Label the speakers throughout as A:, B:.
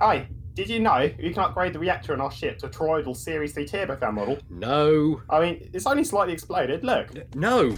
A: Aye, did you know you can upgrade the reactor on our ship to a toroidal Series 3 turbofan model?
B: No.
A: I mean, it's only slightly exploded. Look,
B: No.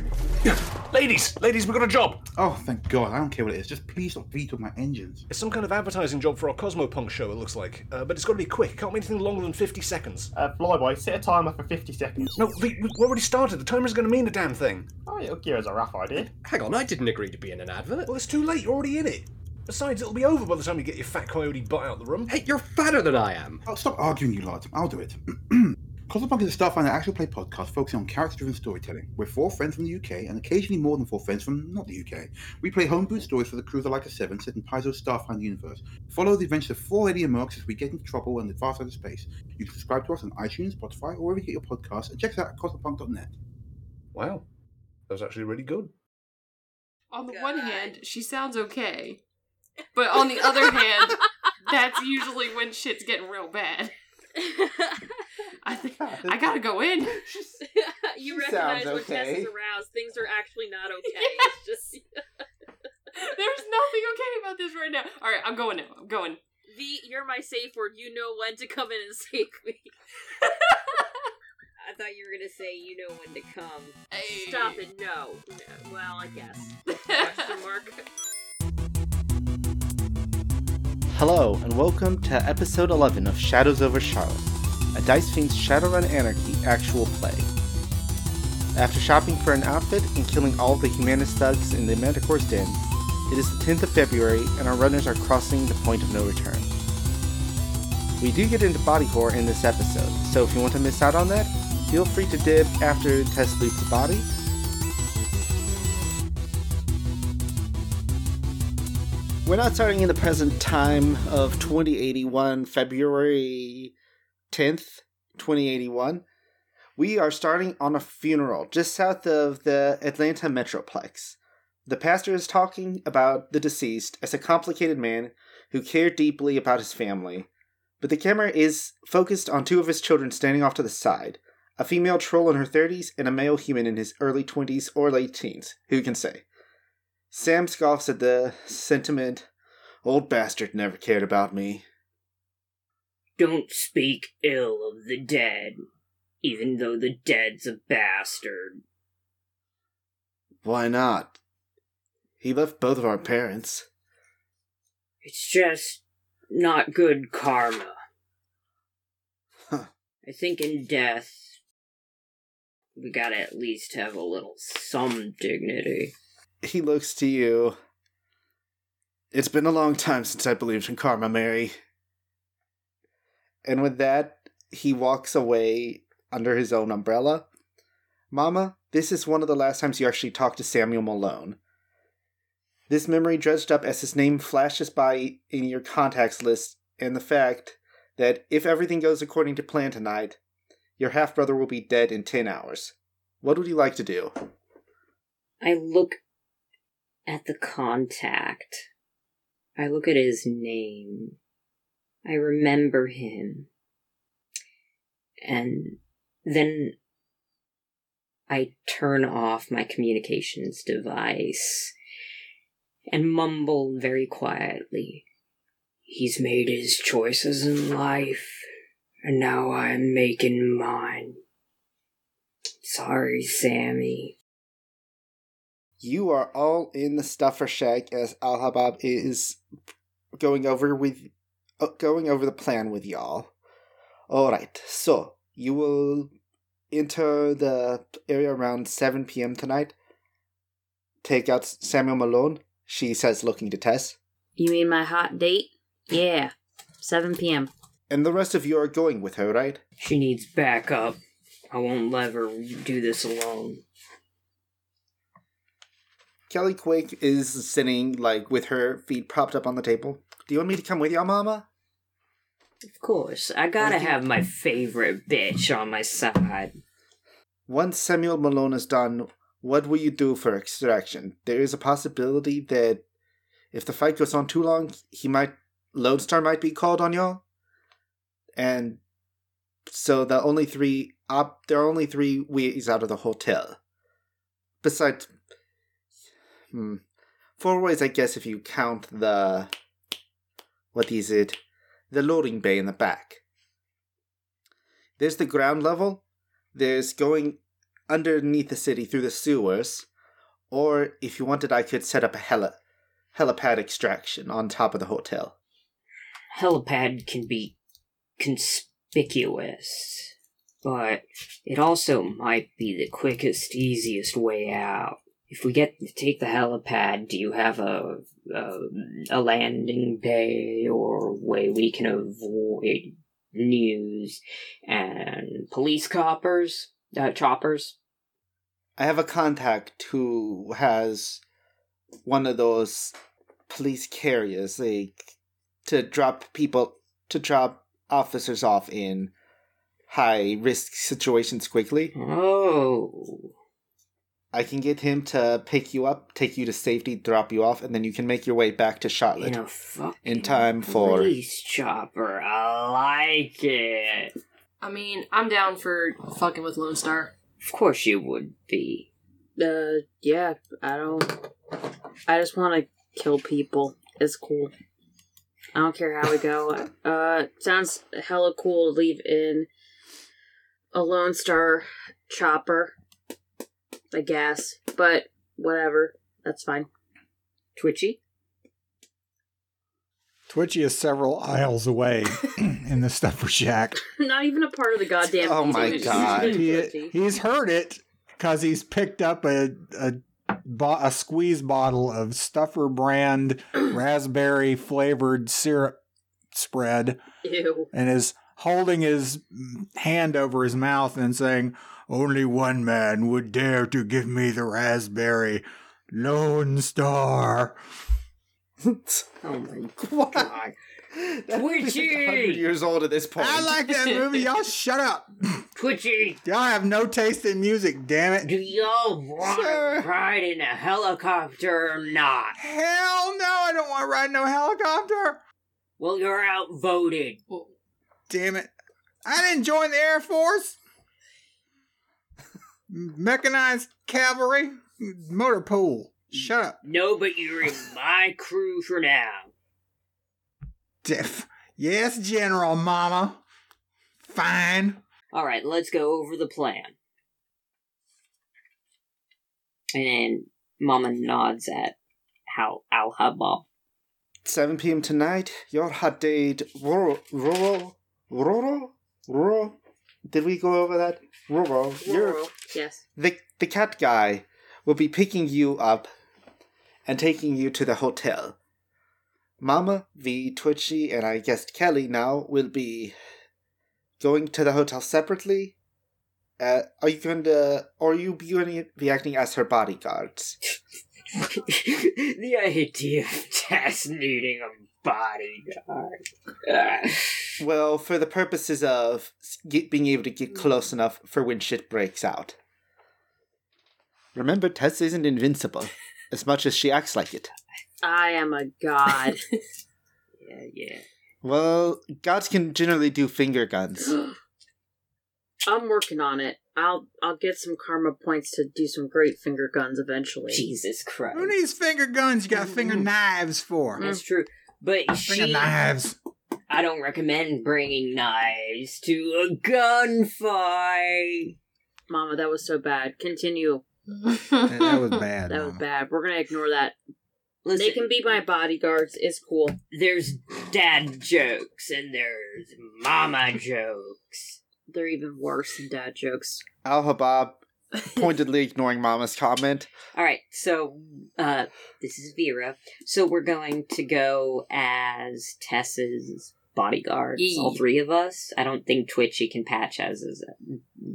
C: Ladies, ladies, we've got a job.
D: Oh, thank God. I don't care what it is. Just please don't veto my engines.
C: It's some kind of advertising job for our Cosmopunk show, it looks like. Uh, but it's got to be quick. Can't be anything longer than 50 seconds.
A: uh, Flyboy, set a timer for 50 seconds.
C: No, we, we've already started. The timer's going to mean a damn thing.
A: Oh, it'll give us a rough idea.
B: Hang on, I didn't agree to be in an advert.
C: Well, it's too late. You're already in it. Besides, it'll be over by the time you get your fat coyote butt out the room.
B: Hey, you're fatter than I am.
D: Oh, stop arguing, you lot. I'll do it. Cosmopunk is a Starfinder actual play podcast focusing on character driven storytelling. We're four friends from the UK and occasionally more than four friends from not the UK. We play homebrew stories for the crew of the Leica 7 set in Paizo's Starfinder universe. Follow the adventures of four lady mercs as we get into trouble and the far side of space. You can subscribe to us on iTunes, Spotify, or wherever you get your podcasts, and check us out at cosmopunk.net.
C: Wow. That was actually really good.
E: On the one
F: God.
E: hand, she sounds okay. But on the other hand, that's usually when shit's getting real bad. I think I gotta go in.
F: you
D: She
F: recognize
D: sounds
F: when Tess
D: okay.
F: is aroused, things are actually not okay. It's just
E: There's nothing okay about this right now. All right, I'm going now. I'm going.
F: the you're my safe word. You know when to come in and save me. I thought you were gonna say you know when to come.
E: Hey.
F: Stop it! No. No. Well, I guess. Question mark.
G: Hello, and welcome to episode 11 of Shadows Over Charlotte, a Dice Fiends Shadowrun Anarchy actual play. After shopping for an outfit and killing all the Humanist thugs in the Manticore's den, it is the 10th of February, and our runners are crossing the point of no return. We do get into body horror in this episode, so if you want to miss out on that, feel free to dip after Tess leaves the body, We're not starting in the present time of 2081, February 10th, 2081. We are starting on a funeral just south of the Atlanta Metroplex. The pastor is talking about the deceased as a complicated man who cared deeply about his family. But the camera is focused on two of his children standing off to the side a female troll in her 30s and a male human in his early 20s or late teens, who can say? Sam scoffs at the sentiment, old bastard never cared about me.
H: Don't speak ill of the dead, even though the dead's a bastard.
G: Why not? He left both of our parents.
H: It's just not good karma.
G: Huh.
H: I think in death, we gotta at least have a little some dignity.
G: He looks to you. It's been a long time since I believed in karma, Mary. And with that, he walks away under his own umbrella. Mama, this is one of the last times you actually talk to Samuel Malone. This memory dredged up as his name flashes by in your contacts list, and the fact that if everything goes according to plan tonight, your half brother will be dead in 10 hours. What would you like to do?
H: I look at the contact. I look at his name. I remember him. And then I turn off my communications device and mumble very quietly. He's made his choices in life, and now I'm making mine. Sorry, Sammy.
G: you are all in the stuffer shack as Al Habab is going over with uh, going over the plan with y'all. All right, so you will enter the area around seven p.m. tonight. Take out Samuel Malone. She says, looking to Tess,
F: You mean my hot date? Yeah. 7 p.m.
G: and the rest of you are going with her, right?
H: She needs backup. I won't let her do this alone.
G: Kelly Quake is sitting like with her feet propped up on the table. Do you want me to come with y'all, Mama?
H: Of course, I gotta have my favorite bitch on my side.
G: Once Samuel Malone is done, what will you do for extraction? There is a possibility that if the fight goes on too long, he might Lodestar might be called on y'all. And so the only three op there are only three ways out of the hotel. Besides hmm, four ways I guess if you count the what is it? the loading bay in the back. There's the ground level. There's going underneath the city through the sewers. Or if you wanted, I could set up a heli- helipad extraction on top of the hotel.
H: helipad can be conspicuous, but it also might be the quickest, easiest way out. If we get to take the helipad, do you have a a, a landing bay or a way we can avoid news and police coppers, uh, choppers?
G: I have a contact who has one of those police carriers, like to drop people to drop officers off in high risk situations quickly.
H: Oh,
G: I can get him to pick you up, take you to safety, drop you off, and then you can make your way back to Charlotte.
H: in a fucking
G: time for-
H: police chopper. I like it.
E: I mean, I'm down for fucking with Lone Star.
H: Of course you would be.
I: Uh, yeah, I don't. I just want to kill people. It's cool. I don't care how we go. Uh, sounds hella cool to leave in a Lone Star chopper, I guess. But whatever. That's fine.
H: Twitchy?
D: Twitchy is several aisles away in the stuffer shack.
I: Not even a part of the goddamn.
G: Oh my
I: team.
G: God.
D: He, he's heard it because he's picked up a, a bo- a squeeze bottle of stuffer brand raspberry flavored syrup spread
I: Ew.
D: and is holding his hand over his mouth and saying, Only one man would dare to give me the raspberry. Lone Star.
H: Oh my
G: what?
H: God.
G: That thing's
H: Twitchy!
G: 100 years old at this point.
D: I like that movie. Y'all shut up.
H: Twitchy,
D: Y'all have no taste in music, damn it.
H: do y'all want
D: Sir.
H: to ride in a helicopter or not?
D: Hell no, I don't want to ride no helicopter.
H: Well, you're outvoted.
D: Damn it. I didn't join the Air Force. Mechanized cavalry, motor pool. Shut up.
H: No, but you're in my crew for now.
D: Diff. Yes, General Mama. Fine.
H: All right, let's go over the plan. And then Mama nods at how Al Habab.
G: 7 p.m. tonight, your hot date, rural, rural, rural, rural. Did we go over that? Rural. Your,
I: Laurel, Yes.
G: the, the cat guy will be picking you up and taking you to the hotel. Mama, V, Twitchy, and I guess Kelly now will be going to the hotel separately. Uh, are you going to, or you be going to be acting as her bodyguards?
H: the idea of test needing a bodyguard. Ah.
G: Well, for the purposes of s- get, being able to get close enough for when shit breaks out. Remember, Tess isn't invincible, as much as she acts like it.
I: I am a god.
H: yeah, yeah.
G: Well, gods can generally do finger guns.
I: I'm working on it. I'll I'll get some karma points to do some great finger guns eventually.
H: Jesus Christ.
D: Who needs finger guns? You got finger knives for.
I: Mm.
H: That's true. But
D: Finger
H: she,
D: knives.
H: I don't recommend bringing knives to a gunfight.
I: Mama, that was so bad. Continue.
D: That, that was bad.
I: That was
D: Mama.
I: bad. We're gonna ignore that.
H: Listen,
I: They can be my bodyguards. It's cool.
H: there's dad jokes and there's mama jokes.
I: They're even worse than dad jokes.
G: Al Habab, pointedly ignoring Mama's comment.
H: All right, so uh, this is Vera. So we're going to go as Tess's bodyguards,
E: Yee.
H: all three of us. I don't think Twitchy can patch as as a,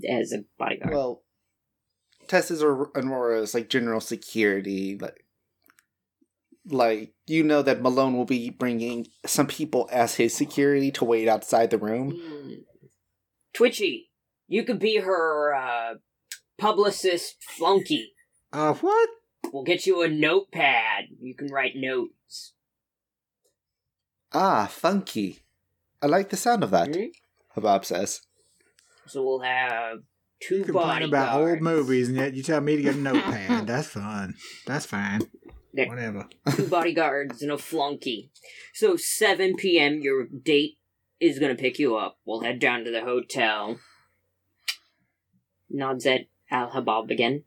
H: as a bodyguard.
G: Well, Tessa's or and Aurora's like general security, like like you know that Malone will be bringing some people as his security to wait outside the room.
I: Hmm.
H: Twitchy, you could be her uh, publicist flunky.
D: Uh, what?
H: We'll get you a notepad. You can write notes.
G: Ah, funky. I like the sound of that.
H: Mhm.
G: Habab says.
H: So we'll have two
D: You complain about old
H: bodyguards.
D: movies, and yet you tell me to get a notepad. That's fun. That's fine.
H: There.
D: Whatever.
H: Two bodyguards and a flunky. So 7 p.m. Your date is gonna pick you up. We'll head down to the hotel. Nods at Al Habab again.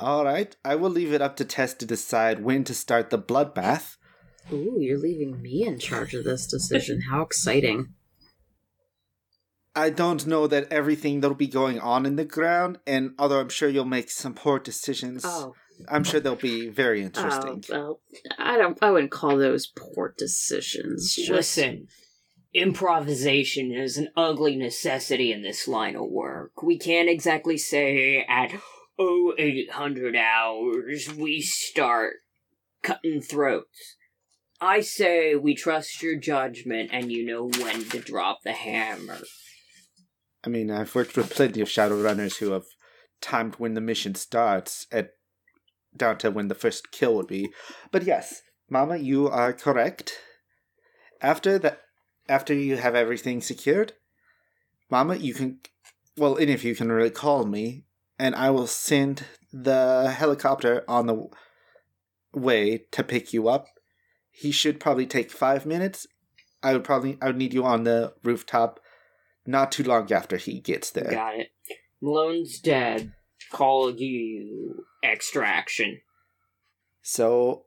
G: All right, I will leave it up to Tess to decide when to start the bloodbath.
I: Ooh, you're leaving me in charge of this decision. How exciting.
G: I don't know that everything that'll be going on in the ground, and although I'm sure you'll make some poor decisions,
I: Oh,
G: I'm sure they'll be very
I: oh
G: interesting.
I: well, I don't. I wouldn't call those poor decisions. Just,
H: Listen, improvisation is an ugly necessity in this line of work. We can't exactly say at 0800 hours we start cutting throats. I say we trust your judgment and you know when to drop the hammer.
G: I mean, I've worked with plenty of Shadowrunners who have timed when the mission starts at down to when the first kill would be. But yes, Mama, you are correct. After that, after you have everything secured, Mama, you can, well, any of you can really call me, and I will send the helicopter on the way to pick you up. He should probably take five minutes. I would probably I would need you on the rooftop not too long after he gets there.
H: Got it. Malone's dead. Call you extraction.
G: So,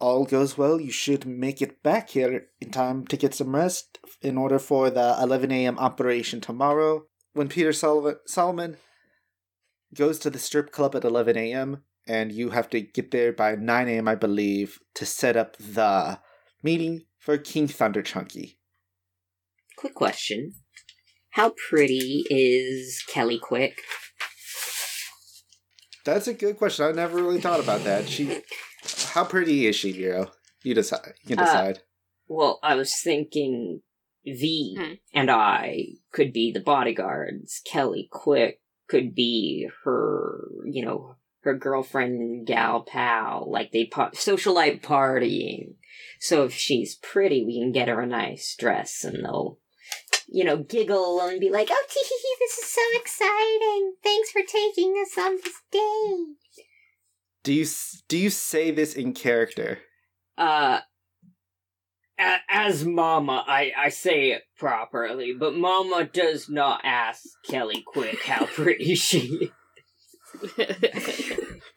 G: all goes well. You should make it back here in time to get some rest in order for the 11 a.m. operation tomorrow. When Peter Sullivan- Solomon goes to the strip club at 11 a.m., and you have to get there by 9 a.m., I believe, to set up the meeting for King Thunderchunky.
H: Quick question. How pretty is Kelly Quick?
G: That's a good question. I never really thought about that. She, how pretty is she, Hero? You decide. You can
H: Uh,
G: decide.
H: Well, I was thinking V
E: Hmm.
H: and I could be the bodyguards. Kelly Quick could be her, you know, her girlfriend, gal, pal. Like they par- socialite partying. So if she's pretty, we can get her a nice dress and they'll, you know, giggle and be like, oh, tee hee hee, this is so exciting. Thanks for taking us on this day.
G: do you s- do you say this in character?
H: uh a- as mama i i say it properly but mama does not ask kelly quick how pretty she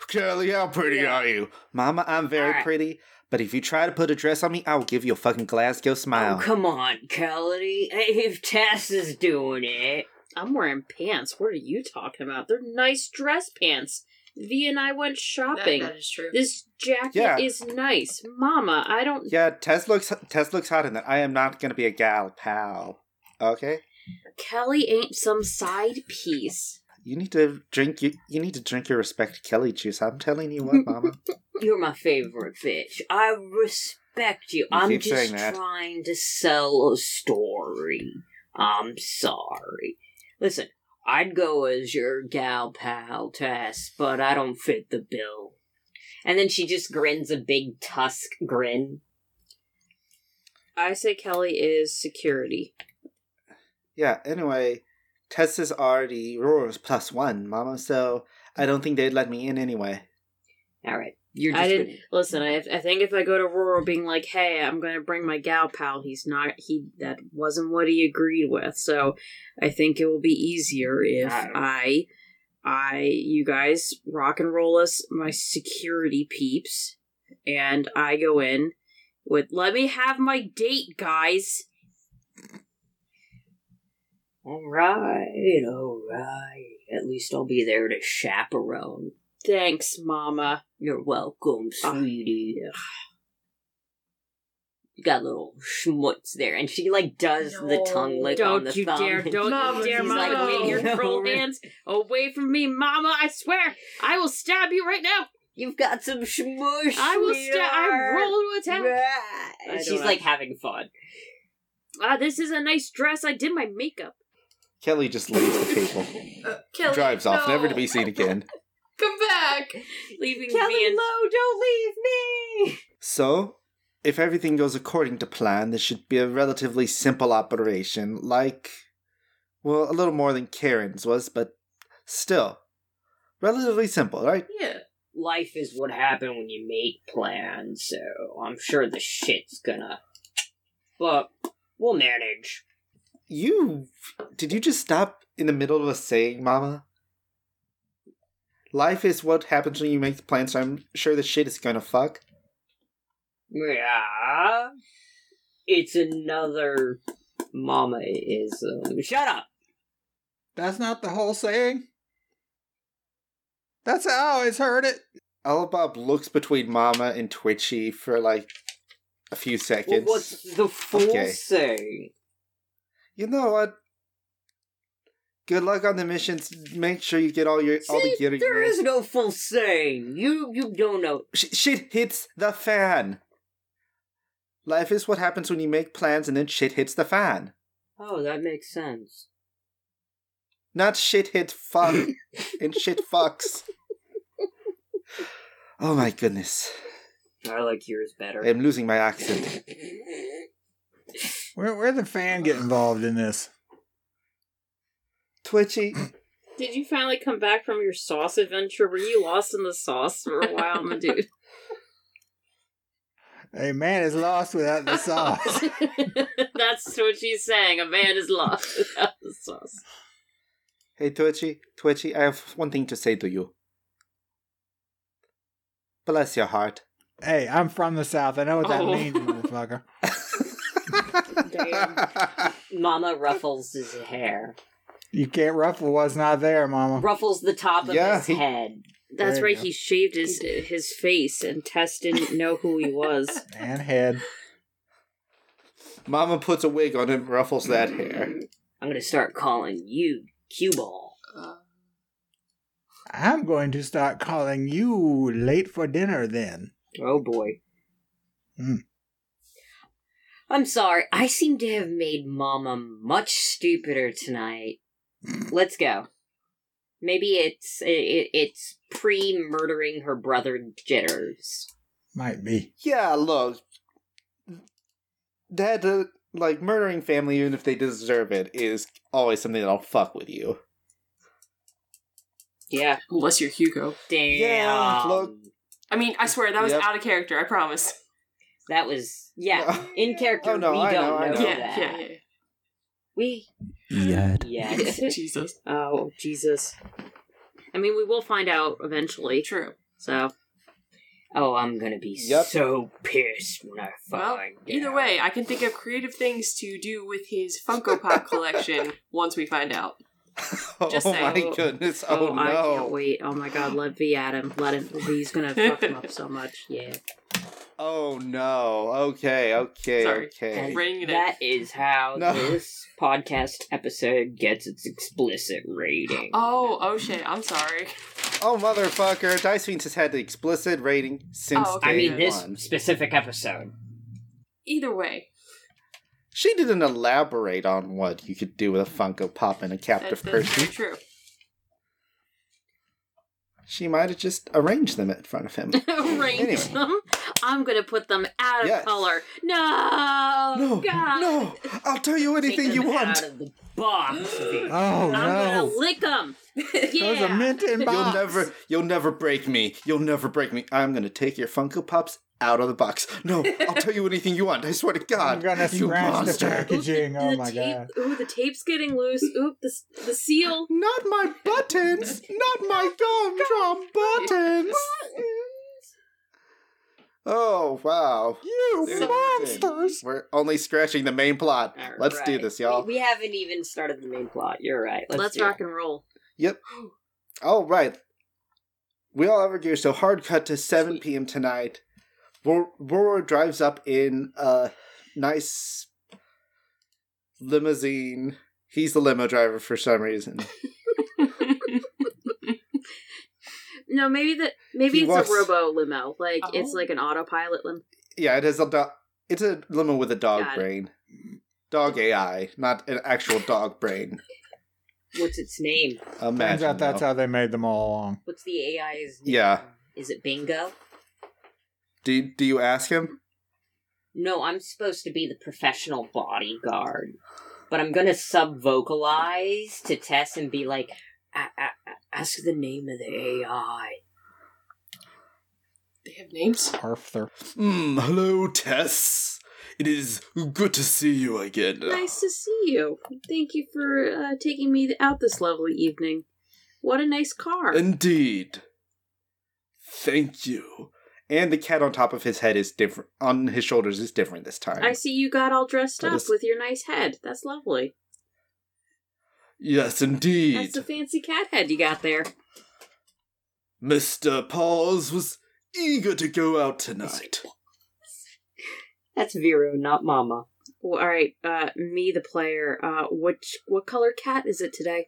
G: Kelly, how pretty
H: Yeah.
G: are you? Mama, I'm very
H: Alright.
G: pretty, but if you try to put a dress on me, I will give you a fucking Glasgow smile.
H: oh come on kelly if tess is doing it
I: I'm wearing pants. What are you talking about? They're nice dress pants. V and I went shopping.
E: That, that is true.
I: This jacket
G: Yeah.
I: is nice, Mama. I don't.
G: yeah, Tess looks Tess looks hot in that. I am not gonna be a gal pal. Okay,
I: Kelly ain't some side piece.
G: you need to drink you, you need to drink your respect Kelly juice. I'm telling you what, Mama.
H: you're my favorite bitch i respect you,
G: You
H: i'm
G: keep
H: just
G: saying that.
H: trying to sell a story i'm sorry listen i'd go as your gal pal tess but i don't fit the bill and then she just grins a big tusk grin
I: I say Kelly is security.
G: yeah. Anyway, Tess is already roars plus one, Mama. So I don't think they'd let me in anyway.
H: all right you're just
I: I didn't
H: gonna-
I: listen. I, I think if I go to Roro being like, "Hey, I'm going to bring my gal pal," he's not. He that wasn't what he agreed with. So I think it will be easier if
H: Got it.
I: I, I, you guys rock and roll us my security peeps, and I go in with, "Let me have my date, guys."
H: all right all right at least i'll be there to chaperone
I: Thanks, Mama.
H: you're welcome
I: Ah,
H: sweetie
I: yeah.
H: you got little schmutz there, and she like does the tongue lick on
I: Don't
H: the
I: you
H: thumb.
I: dare! Don't
E: Mama,
I: you dare,
H: He's
I: Mama!
H: like,
I: Get your
H: no.
I: troll hands away from me, Mama! I swear, I will stab you right now.
H: You've got some schmush.
I: I will stab. I
H: here.
I: roll to attack.
H: Ah.
I: I
H: She's
I: don't
H: like having fun.
I: Ah, this is a nice dress. I did my makeup.
G: Kelly just leaves the table,
E: Uh, Kelly,
G: drives off,
E: no.
G: never to be seen again.
E: Come back.
I: Leaving me
H: Kelly
I: and
H: Lowe, don't leave me.
G: So, if everything goes according to plan, this should be a relatively simple operation, like, well, a little more than Karen's was, but still, relatively simple, right?
E: Yeah.
H: Life is what happens when you make plans, so I'm sure the shit's gonna. But We'll manage.
G: You did you just stop in the middle of a saying, Mama? Life is what happens when you make the plans. So I'm sure the shit is gonna fuck.
H: Yeah. It's another. Mama is. Um, shut up!
D: That's not the whole saying. That's how I always heard it.
G: Elbob looks between Mama and Twitchy for like a few
H: Well,
G: seconds.
H: what's the full
G: Okay.
H: saying?
G: You know what? Good luck on the missions. Make sure you get all your all the
H: See,
G: gear. you
H: there
G: need.
H: is no full saying. You you don't know.
G: Sh- shit hits the fan. Life is what happens when you make plans and then shit hits the fan.
H: Oh, that makes sense.
G: Not shit hit fuck and shit fucks. Oh my goodness.
H: I like yours better.
G: I'm losing my accent.
D: Where where the fan get involved in this?
G: Twitchy.
I: Did you finally come back from your sauce adventure? Were you lost in the sauce for a while, my dude?
D: A man is lost without the sauce.
I: That's what she's saying. A man is lost without the sauce.
G: Hey Twitchy, Twitchy, I have one thing to say to you. Bless your heart.
D: hey, I'm from the south. I know what that
E: Oh.
D: means, motherfucker.
H: Damn. Mama ruffles his hair.
D: You can't ruffle what's not there, mama.
H: Ruffles the top of
G: Yeah,
H: his
G: he-
H: head.
I: That's
D: There you
I: right.
D: go.
I: He shaved his his face, and Tess didn't know who he was.
D: And head.
G: Mama puts a wig on and ruffles that hair.
H: I'm gonna start calling you cue ball.
D: I'm going to start calling you late for dinner then.
H: Oh boy.
D: Hmm.
H: I'm sorry. I seem to have made Mama much stupider tonight. Let's go. Maybe it's it, it's pre murdering her brother jitters.
D: Might be.
G: Yeah, look. That, uh, like, murdering family, even if they deserve it, is always something that'll fuck with you.
H: Yeah.
E: Unless you're Hugo.
H: Damn.
G: Yeah, look.
E: I mean, I swear that was
G: Yep.
E: out of character. I promise.
H: That was yeah.
G: Yeah.
H: In character,
G: Oh, no,
H: we
G: I
H: don't
G: know,
H: know,
G: I know.
E: Yeah,
H: that.
E: yeah, yeah.
H: We
D: Yeah.
H: yes.
E: Jesus.
I: Oh Jesus! I mean, we will find out eventually.
E: True.
I: So
H: Oh, I'm gonna be
G: Yep.
H: so pissed when I
E: Well,
H: find.
E: either
H: out.
E: way, I can think of creative things to do with his Funko Pop collection once we find out. Just
G: oh
E: saying.
G: my goodness,
I: oh,
G: oh,
I: I can't
G: no.
I: wait. Oh my God, let V at him. Let him. He's gonna fuck him up so much. Yeah.
G: Oh no. Okay, okay,
E: Sorry.
G: okay.
H: And
E: Bring it
H: that is how
G: No.
H: this podcast episode gets its explicit rating.
E: Oh, oh shit. I'm sorry.
G: Oh motherfucker, Dice Fiends has had the explicit rating since
E: Oh, okay.
G: day
H: I mean, this
G: one.
H: specific episode.
E: Either way,
G: She didn't elaborate on what you could do with a Funko Pop and a
E: that,
G: captive
E: that's
G: person.
E: very true.
G: She might have just arranged them in front of him.
I: Arrange
G: Anyway.
I: them. I'm gonna put them out of
G: Yes.
I: color. No.
G: no,
I: God.
G: no, I'll tell you
H: Oh, Take
G: anything you
H: them
G: want.
H: Out of the box. Vic.
D: Oh
I: I'm gonna
D: no.
I: lick them.
D: Those are
I: Yeah.
D: mint in
G: You'll
D: box.
G: never, you'll never break me. You'll never break me. I'm gonna take your Funko Pops out of the box. No, I'll tell you anything you want. I swear to God,
D: I'm gonna
G: you
D: scratch the
G: monster.
D: packaging.
I: The
D: Oh my
I: tape,
D: god.
I: Ooh, the tape's getting loose. Oop, the, the seal.
G: Not my buttons. Not my gumdrum buttons. Oh wow.
D: You monsters!
G: We're only scratching the main plot.
H: All
G: Let's do
H: right.
G: this, y'all.
H: We, we haven't even started the main plot. You're right. Let's,
I: Let's,
H: do
I: rock
H: it.
I: and roll.
G: All right. We all have our gear. So hard cut to 7
I: Sweet.
G: p.m. tonight. Ror- Roro drives up in a nice limousine. He's the limo driver for some reason.
I: No, maybe that maybe
G: He
I: it's
G: walks-
I: a robo limo. Like it's
E: Oh.
I: like an autopilot limo.
G: yeah, it has a do- it's a limo with a dog
I: Got it.
G: brain. Dog AI, not an actual dog brain.
H: What's its name?
G: Imagine
D: Turns out that's
G: though.
D: how they made them all along.
H: What's the AI's name?
G: Yeah.
H: Is it Bingo?
G: do, do you ask him?
H: No, I'm supposed to be the professional bodyguard, but I'm gonna sub vocalize to Tess and be like, "A- a- a- "Ask the name of the AI."
E: They have names?
D: Arthur.
G: Mm, hello, Hmm, Tess. It is good to see you again.
E: Nice to see you. Thank you for uh, taking me out this lovely evening. What a nice car.
G: Indeed. Thank you.
J: And the cat on top of his head is different. On his shoulders is different this time.
E: I see you got all dressed
J: That
E: up
J: is-
E: with your nice head. That's lovely.
G: Yes, indeed.
E: That's the fancy cat head you got there.
G: Mr. Paws was eager to go out tonight.
H: That's Vero, not Mama.
E: Well, all right, uh, me the player. Uh, which what color cat is it today?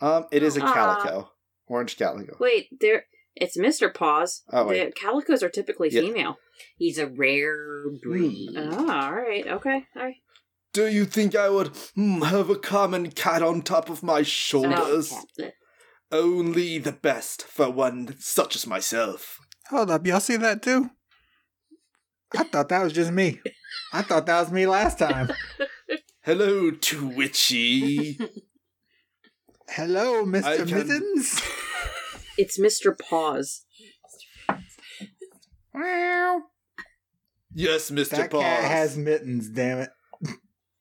J: Um, it is a
E: Aw.
J: calico, orange calico.
E: Wait, there. It's Mister Paws.
J: Oh, wait.
E: The calicos are typically
J: Yeah.
E: female.
H: He's a rare breed.
E: Oh, all right, okay, all right.
G: Do you think I would hmm, have a common cat on top of my
E: Oh,
G: shoulders?
H: cat.
G: Only the best for one such as myself.
D: Hold up, y'all see that too? I thought that was just me. I thought that was me last time.
G: Hello, Twitchy.
D: Hello,
G: I
D: Mr.
G: can-
D: Mittens.
E: It's Mister Paws.
D: Meow.
G: yes, Mr.
D: That
G: Paws.
D: cat has mittens, damn it.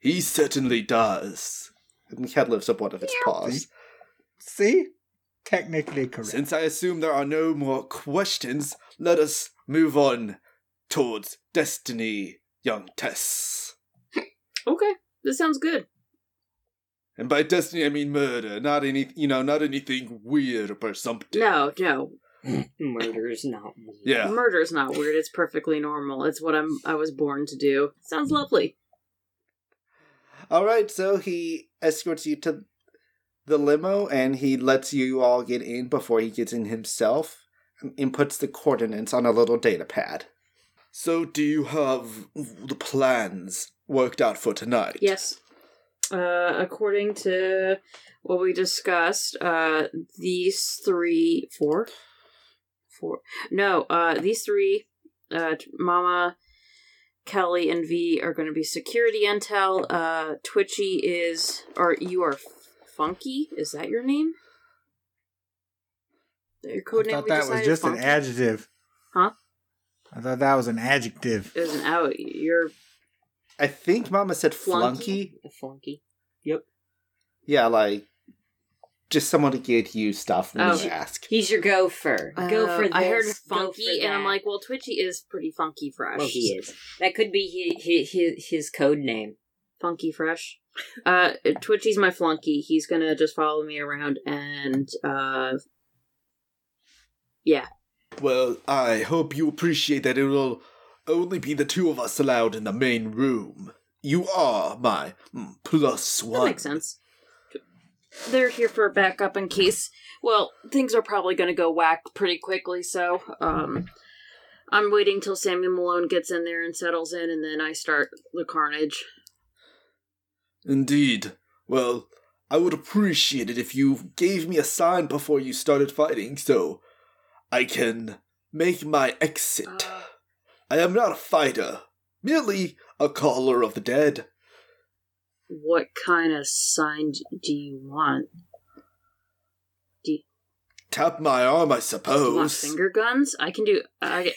G: He certainly does.
J: And the cat lifts up one of its paws.
D: See? Technically correct.
G: Since I assume there are no more questions, let us move on towards destiny, young Tess.
E: Okay, this sounds good.
G: And by destiny, I mean murder, not any, you know, not anything weird or presumptive.
E: No, no,
H: Murder is not weird.
G: Yeah.
E: murder's not weird. It's perfectly normal. It's what I'm. I was born to do. Sounds lovely.
J: All right, so he escorts you to the limo, and he lets you all get in before he gets in himself, and inputs the coordinates on a little data pad.
G: So, do you have the plans worked out for tonight?
E: Yes. Uh, according to what we discussed, uh, these three, four, four. No, uh, these three, uh, Mama, Kelly, and V are going to be security intel. Uh, Twitchy is, or you are funky. Is that your name? Your code
D: I
E: name
D: thought
E: we
D: that was
E: decided
D: just an
E: Funky?
D: adjective.
E: Huh?
D: I thought that was an adjective.
E: It was an out. You're
J: I think Mama said
E: Flunky?
J: flunky.
H: The flunky.
J: Yeah, like just someone to get you stuff when
E: Oh.
J: you ask.
H: He's your gopher. go
E: Uh,
H: for this.
E: I heard
H: go
E: funky,
H: for
E: and I'm
H: that.
E: like, well, Twitchy is pretty funky fresh.
H: well, he is. That could be his, his, his code name.
E: funky fresh. Uh, Twitchy's my flunky. He's gonna just follow me around and uh,
G: Well, I hope you appreciate that it will only be the two of us allowed in the main room. You are my mm, plus
E: that
G: one.
E: makes sense. They're here for backup in case. Well, things are probably gonna go whack pretty quickly, so um, I'm waiting till Samuel Malone gets in there and settles in, and then I start the carnage.
G: Indeed. Well, I would appreciate it if you gave me a sign before you started fighting so I can make my exit.
E: Uh.
G: I am not a fighter, merely a caller of the dead.
E: What kind of sign d- do you want?
G: Tap my arm,
E: Do you
G: I
E: want
G: suppose.
E: finger guns? I can do. I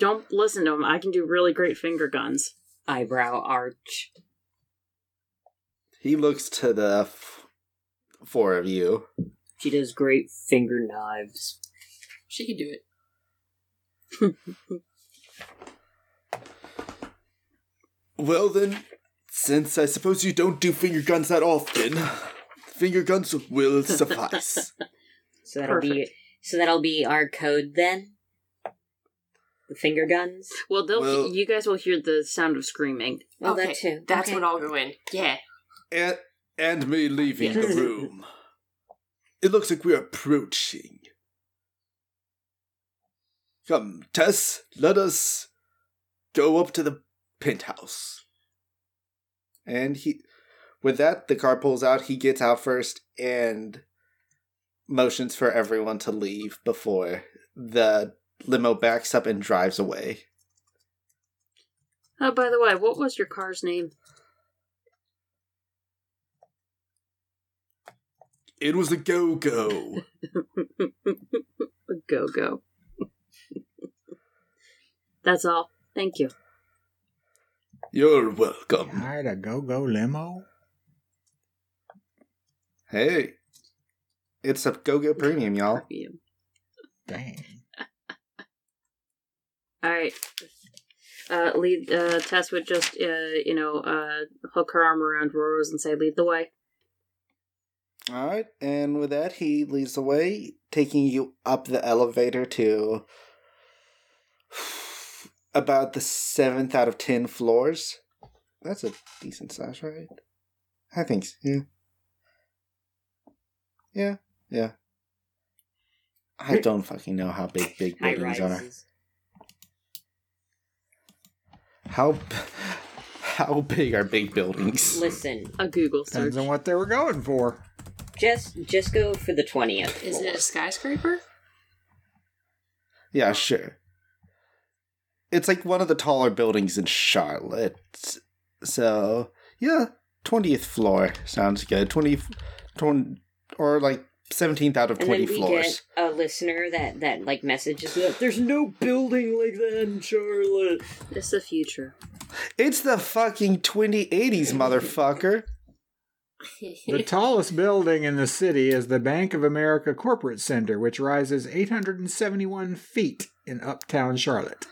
E: don't listen to him. I can do really great finger guns.
H: Eyebrow arch.
J: He looks to the f- four of you.
H: She does great finger knives.
I: She can do it.
G: Well then, since I suppose you don't do finger guns that often, finger guns will suffice.
H: So that'll be
E: Perfect.
H: so that'll be our code then. The finger guns.
E: Well, they'll
G: Well-
E: you guys will hear the sound of screaming.
H: Oh,
I: Okay,
H: that too.
I: That's
H: Okay.
I: what I'll go in. Yeah.
G: and, and me leaving the
H: Yes.
G: room. It looks like we're approaching. Come, Tess, let us go up to the penthouse.
J: And he, with that, the car pulls out. He gets out first and motions for everyone to leave before the limo backs up and drives away.
E: Oh, by the way, what was your car's name?
G: It was a go go.
E: Go go. That's all. Thank you.
K: You're welcome.
D: Hired a go-go limo.
G: Hey, it's a go-go premium, y'all.
D: Dang.
E: All right. Uh, lead. Uh, Tess would just, uh, you know, uh, hook her arm around Roro's and say, "Lead the way."
L: All right, and with that, he leads the way, taking you up the elevator to about the seventh out of ten floors. That's a decent size, right? I think so. Yeah. Yeah, yeah. I don't fucking know how big big
H: High
L: buildings are.
H: rises.
G: How how big are big buildings?
H: Listen,
E: A Google search.
D: Depends on what they were going for.
H: just just go for the twentieth floor.
I: Is it a skyscraper?
G: Yeah, sure. It's like one of the taller buildings in Charlotte. So, yeah, 20th floor sounds good. 20, 20 or like 17th out of
H: and
G: 20
H: then we
G: floors.
H: get a listener that that like messages that there's no building like that in Charlotte.
E: This is the future.
G: It's the fucking 2080s, motherfucker.
D: The tallest building in the city is the Bank of America Corporate Center, which rises 871 feet in uptown Charlotte.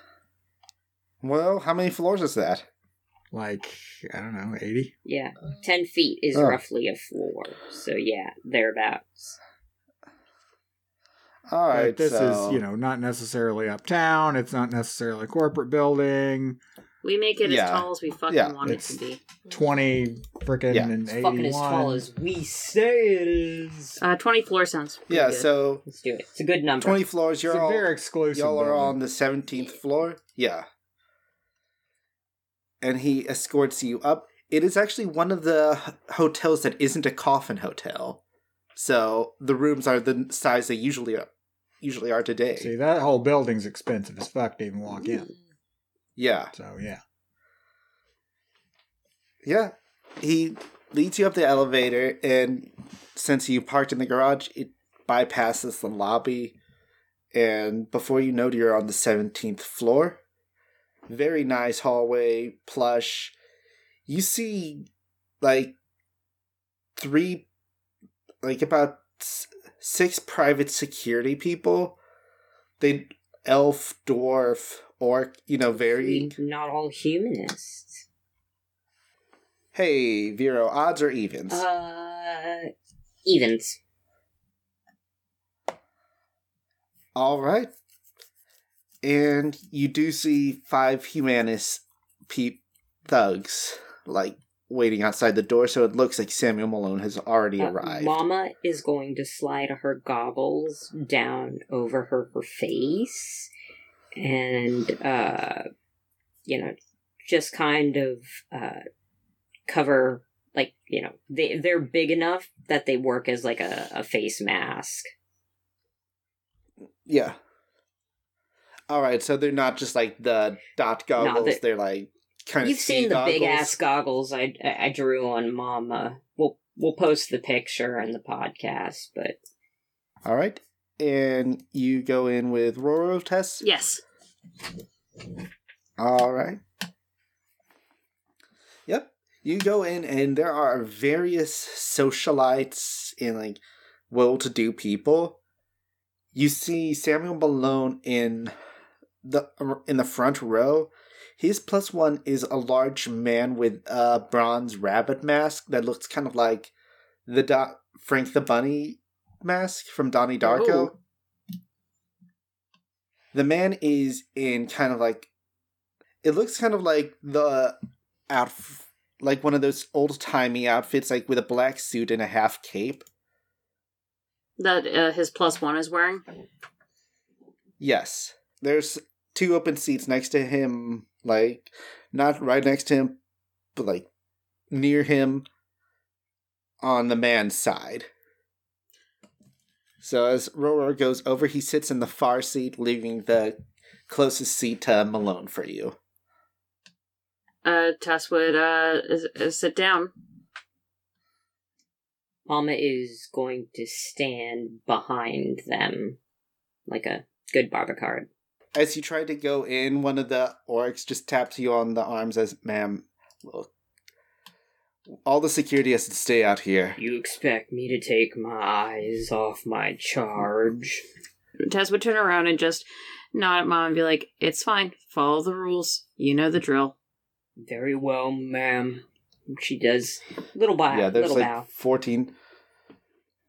G: Well, how many floors is that?
D: Like, I don't know, 80?
H: Yeah, ten feet is
G: Oh.
H: roughly a floor. So yeah, thereabouts.
G: All right,
D: But Uh, this
G: so-
D: is, you know, not necessarily uptown. It's not necessarily a corporate building.
E: We make it
G: Yeah.
E: as tall as we fucking
G: Yeah,
E: want it
D: it's-
E: to be.
D: 20 frickin'
G: Yeah.
D: and
H: It's
D: 81.
H: fucking as tall as we say it is.
E: Uh, Twenty floor sounds. pretty
G: yeah,
E: good.
G: so
H: Let's do it. It's a good number.
G: 20 floors,
D: It's
G: you're
D: a
G: all,
D: very exclusive
G: y'all are
D: building.
G: on the 17th floor? Yeah. And he escorts you up. It is actually one of the h- hotels that isn't a coffin hotel. So the rooms are the size they usually are, usually are today.
D: See, that whole building's expensive as fuck to even walk in.
G: Yeah.
D: So, yeah.
G: Yeah. He leads you up the elevator, and since you parked in the garage, it bypasses the lobby. And before you know it, you're on the 17th floor. Very nice hallway, plush. You see, like, three, like, about s- six private security people. They, elf, dwarf, orc, you know, varying.
H: Not all humanists.
G: Hey, Vero, odds or evens?
H: Uh, evens.
G: All right. And you do see five humanist peep thugs like waiting outside the door, so it looks like Samuel Malone has already
H: Uh,
G: arrived.
H: Mama is going to slide her goggles down over her, her face and, uh, you know, just kind of uh, cover, like, you know, they, they're big enough that they work as like a, a face mask.
G: Yeah. All right, so they're not just like the dot goggles;
H: they-
G: they're like kind of
H: You've seen the big ass goggles I, I I drew on Mama. We'll, we'll post the picture in the podcast, but
G: All right, and you go in with Roro Tess.
E: yes,
G: All right. Yep. You go in, and there are various socialites and like well to do people. You see Samuel Malone in the in the front row. His plus one is a large man with a bronze rabbit mask that looks kind of like the Do- Frank the Bunny mask from Donnie Darko.
E: Oh.
G: The man is in kind of like it looks kind of like the out like one of those old timey outfits, like with a black suit and a half cape.
E: that uh, his plus one is wearing.
G: Yes, there's two open seats next to him, like not right next to him, but like near him on the man's side. So as Roror goes over, he sits in the far seat, leaving the closest seat to Malone for you.
E: Uh, Tess would uh, is, is sit down.
H: Mama is going to stand behind them like a good barber card.
L: As you try to go in, one of the orcs just taps you on the arm, says, "Ma'am, look, all the security has to stay out here."
H: You expect me to take my eyes off my charge?
E: Tess would turn around and just nod at mom and be like, "It's fine. Follow the rules. You know the drill."
H: Very well, ma'am. She does little bow,
L: yeah, there's
H: little
L: like
H: bow.
L: fourteen.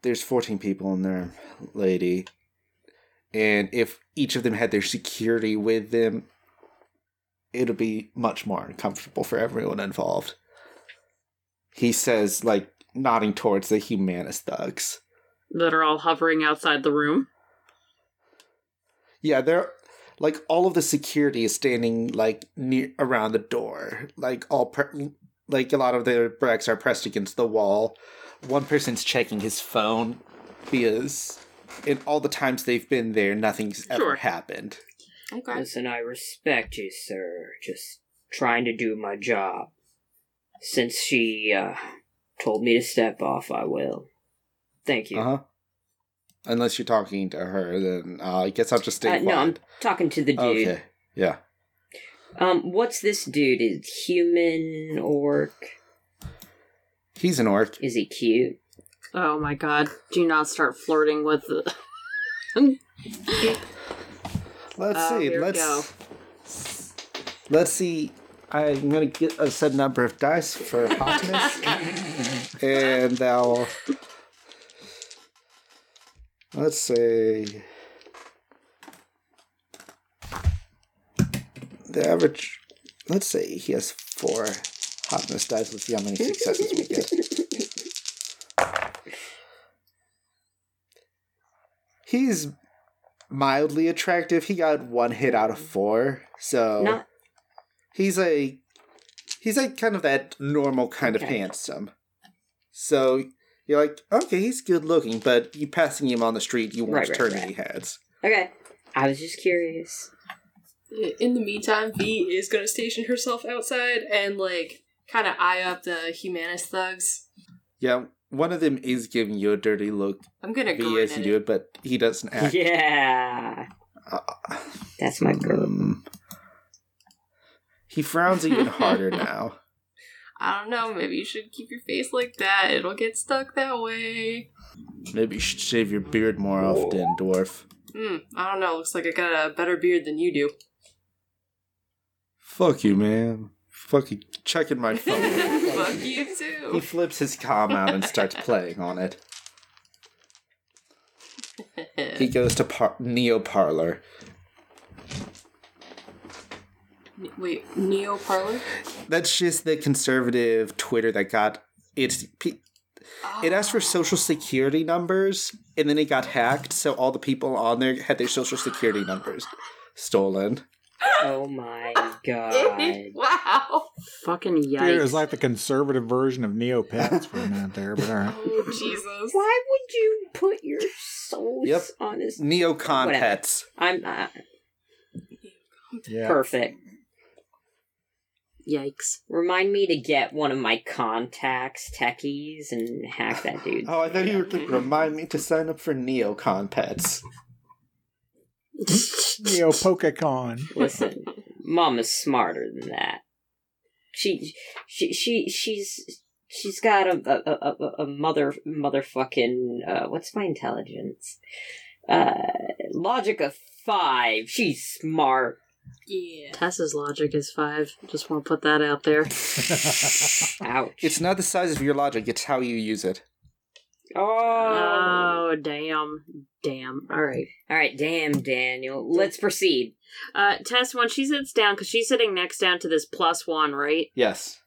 L: There's fourteen people in there, lady, and if each of them had their security with them,
G: it'll be much more uncomfortable for everyone involved. He says, like, nodding towards the humanist thugs.
E: That are all hovering outside the room.
G: Yeah, they're like all of the security is standing like near around the door. Like all pre- like a lot of their bracks are pressed against the wall. One person's checking his phone because in all the times they've been there, nothing's
E: Sure.
G: ever happened.
I: Okay.
H: Listen, I respect you, sir. Just trying to do my job. Since she uh, told me to step off, I will. Thank you.
G: Uh huh. Unless you're talking to her, then uh, I guess I'll just stay
H: Uh,
G: quiet.
H: no, I'm talking to the dude.
G: Okay. Yeah.
H: Um, what's this dude? Is he human orc?
G: He's an orc.
H: Is he cute?
E: Oh my god! Do not start flirting with. The-
G: Let's
E: Uh,
G: see.
E: here we
G: Let's
E: go.
G: let's see. I'm gonna get a set number of dice for hotness, and I'll let's say the average. Let's say he has four hotness dice. Let's see how many successes we get. He's mildly attractive. He got one hit out of four, so
H: Not
G: he's a he's like kind of that normal kind of
H: Okay.
G: handsome. So you're like, okay, he's good looking, but you passing him on the street, you won't
H: Right, right,
G: turn
H: right.
G: any heads.
H: okay. I was just curious.
I: In the meantime, V is gonna station herself outside and like kind of eye up the humanist thugs.
G: Yeah, one of them is giving you a dirty look
I: I'm gonna
G: V
I: grin
G: as
I: at
G: you
I: it.
G: do it, but he doesn't act.
H: Yeah,
D: Uh,
H: that's my girl.
G: Um, he frowns even harder now.
I: I don't know. Maybe you should keep your face like that. It'll get stuck that way.
G: Maybe you should shave your beard more often, dwarf.
I: Hmm. I don't know. Looks like I got a better beard than you do.
G: Fuck you, man. Fucking checking my phone.
I: Fuck you
G: He
I: too.
G: flips his com out and starts playing on it. He goes to par- Neo Parlor.
I: Wait, Neo Parlor.
G: That's just the conservative Twitter that got it's. pe- It asked for social security numbers, and then it got hacked, so all the people on there had their social security numbers stolen.
H: Oh my god.
I: wow.
E: Fucking
D: Dude, it
E: yikes!
D: was like the conservative version of Neopets for a minute there, but all right.
I: Oh Jesus.
H: Why would you put your souls
G: Yep.
H: on this?
G: Neocon
H: Whatever.
G: pets.
H: I'm uh,
D: Yeah.
H: perfect.
E: yikes!
H: Remind me to get one of my contacts, techies, and hack that dude.
G: Oh, I thought you were going to remind me to sign up for Neocon pets.
D: Neo Pokecon.
H: Listen, mom is smarter than that. She, she, she, she's, she's got a a a- a, a mother motherfucking uh, what's my intelligence? Uh, logic of five. She's smart.
I: Yeah.
E: Tessa's logic is five. Just want to put that out there.
H: Ouch.
G: It's not the size of your logic, it's how you use it.
H: oh.
E: Oh damn, damn! All right.
H: All right, damn Daniel. Let's proceed.
E: Uh, Tess, when she sits down, because she's sitting next down to this plus one, right?
G: Yes.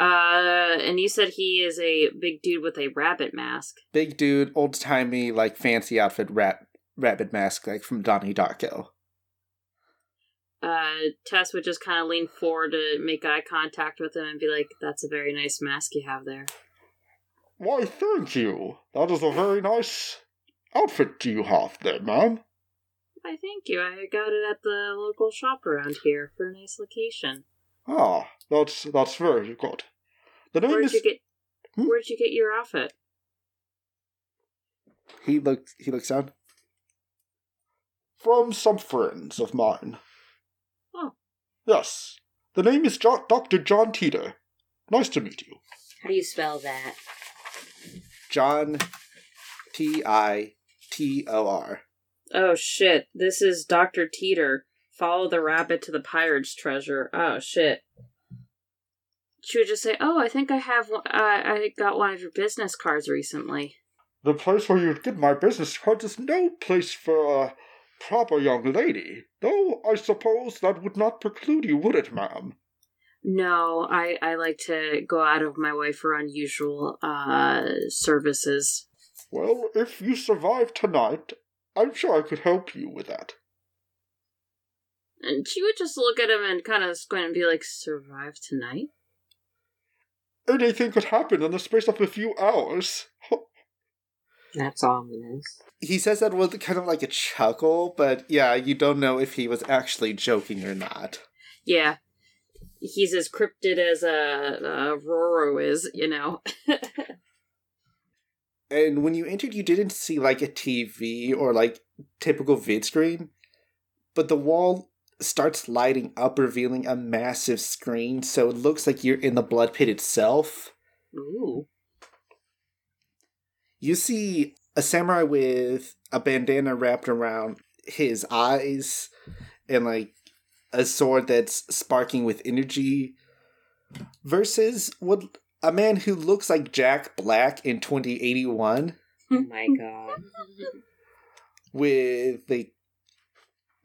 E: Uh, and you said he is a big dude with a rabbit mask.
G: big dude, old timey, like fancy outfit, rap, rabbit mask, like from Donnie Darko.
E: Uh, Tess would just kind of lean forward to make eye contact with him and be like, "That's a very nice mask you have there."
K: Why, thank you. That is a very nice outfit you have there, ma'am.
E: I thank you. I got it at the local shop around here for a nice location.
K: Ah, that's that's very good. The name
E: Where'd
K: is
E: you get?
K: Hmm?
E: Where'd you get your outfit?
G: He looked. He looks down. from some friends of mine.
E: Oh.
G: Yes. The name is jo- Dr. John Teeter. Nice to meet you.
E: How do you spell that?
G: John T I T O R.
E: Oh shit, this is Dr. Teeter. Follow the rabbit to the pirate's treasure. Oh shit. She would just say, "Oh, I think I have. one- uh, I I got one of your business cards recently."
G: The place where you'd get my business card is no place for a proper young lady, though I suppose that would not preclude you, would it, ma'am?
E: No, I I like to go out of my way for unusual uh services.
G: Well, if you survive tonight, I'm sure I could help you with that.
E: And she would just look at him and kind of squint and be like, "Survive tonight."
G: Anything could happen in the space of a few hours.
H: That's ominous.
G: He says that with kind of like a chuckle, but yeah, you don't know if he was actually joking or not.
E: Yeah, he's as cryptid as a uh, uh, Roro is, you know.
G: And when you entered, you didn't see like a TV or like typical vid screen, but the wall starts lighting up, revealing a massive screen. So it looks like you're in the blood pit itself.
E: Ooh.
G: You see a samurai with a bandana wrapped around his eyes and like a sword that's sparking with energy versus what a man who looks like Jack Black in 2081
H: Oh my god.
G: with a,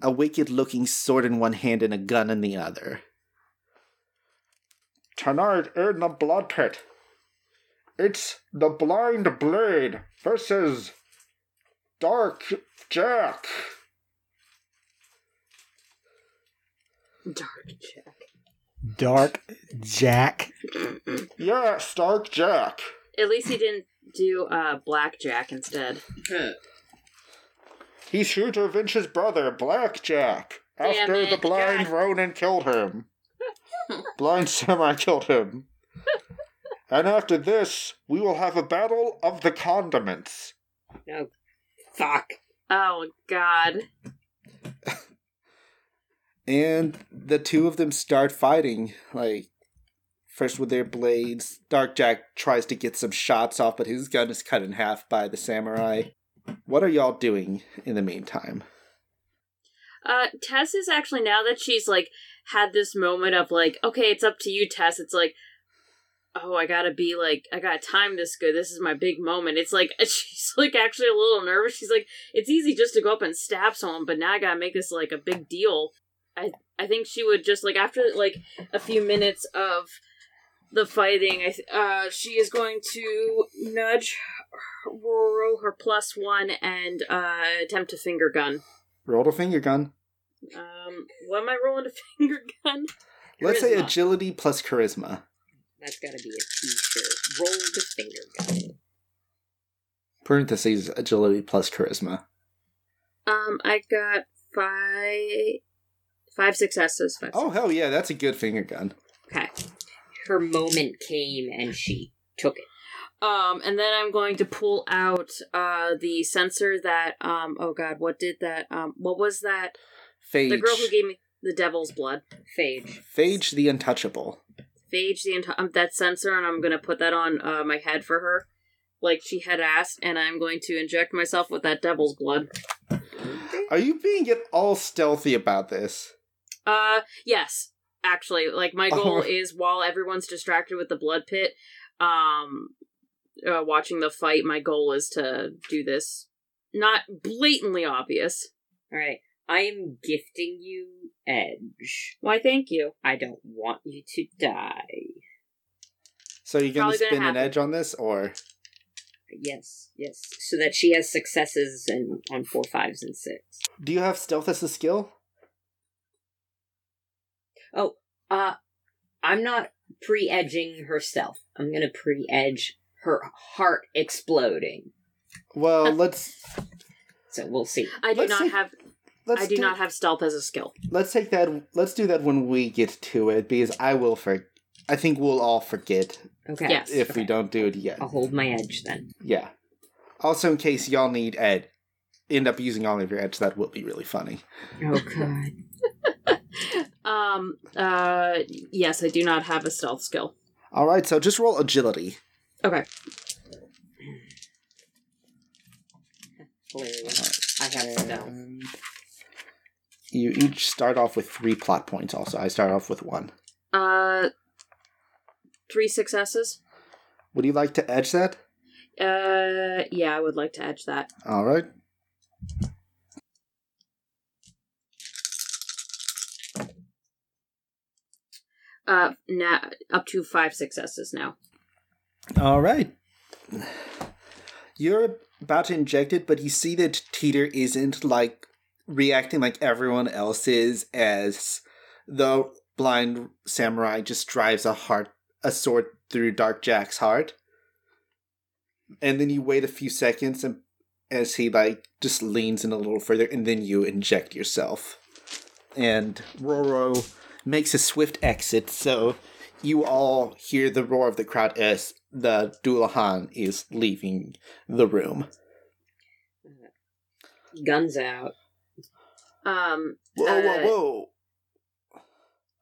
G: a wicked looking sword in one hand and a gun in the other. Tonight in the blood pit, it's the blind blade versus Dark Jack.
E: Dark Jack.
D: Dark Jack.
G: Yes, Dark Jack.
E: At least he didn't do uh, blackjack instead.
G: He should avenge his brother, Black Jack,
E: Damn
G: after
E: it,
G: the blind
E: God.
G: Ronin killed him. blind Samurai killed him. and after this, we will have a battle of the condiments.
H: No. Fuck.
E: Oh God!
G: And the two of them start fighting, like first with their blades. Dark Jack tries to get some shots off, but his gun is cut in half by the samurai. What are y'all doing in the meantime?
E: Uh, Tess is actually now that she's like had this moment of like, okay, it's up to you, Tess. It's like, oh, I gotta be like, I gotta time this good. This is my big moment. It's like she's like actually a little nervous. She's like, it's easy just to go up and stab someone, but now I gotta make this like a big deal. I I think she would just like after like a few minutes of the fighting, I th- uh, she is going to nudge Roro her plus one and uh, attempt to finger gun.
G: Roll a finger gun.
E: Um, what am I rolling a finger gun?
G: Let's say
E: Charisma.
G: agility plus charisma.
H: That's gotta be a t-shirt. Roll the finger gun.
G: Parentheses agility plus charisma.
E: Um, I got five, five successes. Five.
G: Oh hell yeah, that's a good finger gun.
E: Okay.
H: Her moment came and she took it.
E: Um, and then I'm going to pull out uh the sensor that um oh god what did that um what was that
G: Phage.
E: the girl who gave me the devil's blood
H: Phage.
G: Phage the untouchable.
E: phage the entire um, that sensor and I'm gonna put that on uh my head for her like she had asked and I'm going to inject myself with that devil's blood.
G: Are you being at all stealthy about this?
E: Uh, yes, actually, like my goal
G: Oh.
E: is while everyone's distracted with the blood pit, um, uh, watching the fight. My goal is to do this not blatantly obvious.
H: Alright. I am gifting you edge.
E: Why? Thank you.
H: I don't want you to die.
G: So you're gonna
E: Probably gonna
G: spin an
E: happen.
G: edge on this or
H: Yes, yes. So that she has successes and on four fives and six.
G: do you have stealth as a skill?
H: Uh I'm not pre edging herself. I'm gonna pre edge her heart exploding.
G: Well let's
H: So we'll see.
E: I do
G: Let's
E: not
G: see-
E: have.
G: let's
E: I do,
G: do
E: not have stealth as a skill.
G: let's take that let's do that when we get to it because I will for I think we'll all forget
H: Okay.
E: Yes.
G: if we
H: Okay.
G: don't do it yet.
H: I'll hold my edge then.
G: Yeah. Also in case y'all need Ed. end up using all of your edge, that would be really funny.
E: Oh, God. Um. Uh. Yes, I do not have a stealth skill.
G: All right, so just roll agility.
E: Okay.
H: Hilarious. I have stealth.
G: You each start off with three plot points. Also, I start off with one.
E: Uh. Three successes.
G: Would you like to edge that?
E: Uh. Yeah, I would like to edge that.
G: All right.
E: Uh. Now up to five successes now.
G: All right. You're about to inject it, but you see that Teeter isn't like reacting like everyone else is as the blind samurai just drives a heart a sword through Dark Jack's heart. And then you wait a few seconds and as he like just leans in a little further and then you inject yourself. And Roro makes a swift exit, so you all hear the roar of the crowd as the Dulahan is leaving the room.
H: Guns out.
E: Um.
K: Whoa,
E: uh,
K: whoa,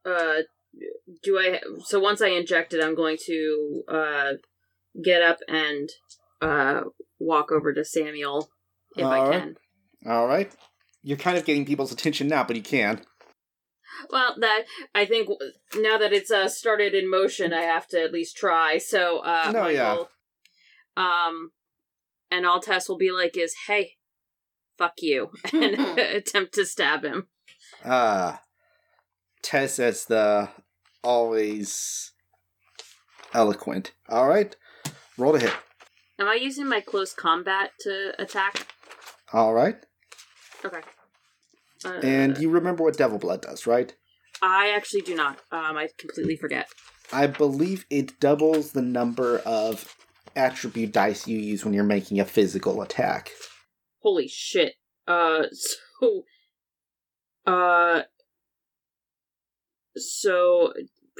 E: uh do i so once i inject it i'm going to uh get up and uh walk over to samuel if i
G: Alright.
E: can
G: All right. You're kind of getting people's attention now, but you can.
E: well that i think w- now that it's uh started in motion i have to at least try so uh
G: No,
E: my
G: yeah.
E: goal- um and all tess will be like is hey fuck you and attempt to stab him
G: Uh Tess as the always eloquent. All right. Roll to hit.
E: am i using my close combat to attack
G: All right.
E: okay uh,
G: And you remember what devil blood does, right?
E: i actually do not um i completely forget
G: I believe it doubles the number of attribute dice you use when you're making a physical attack.
E: holy shit uh so uh so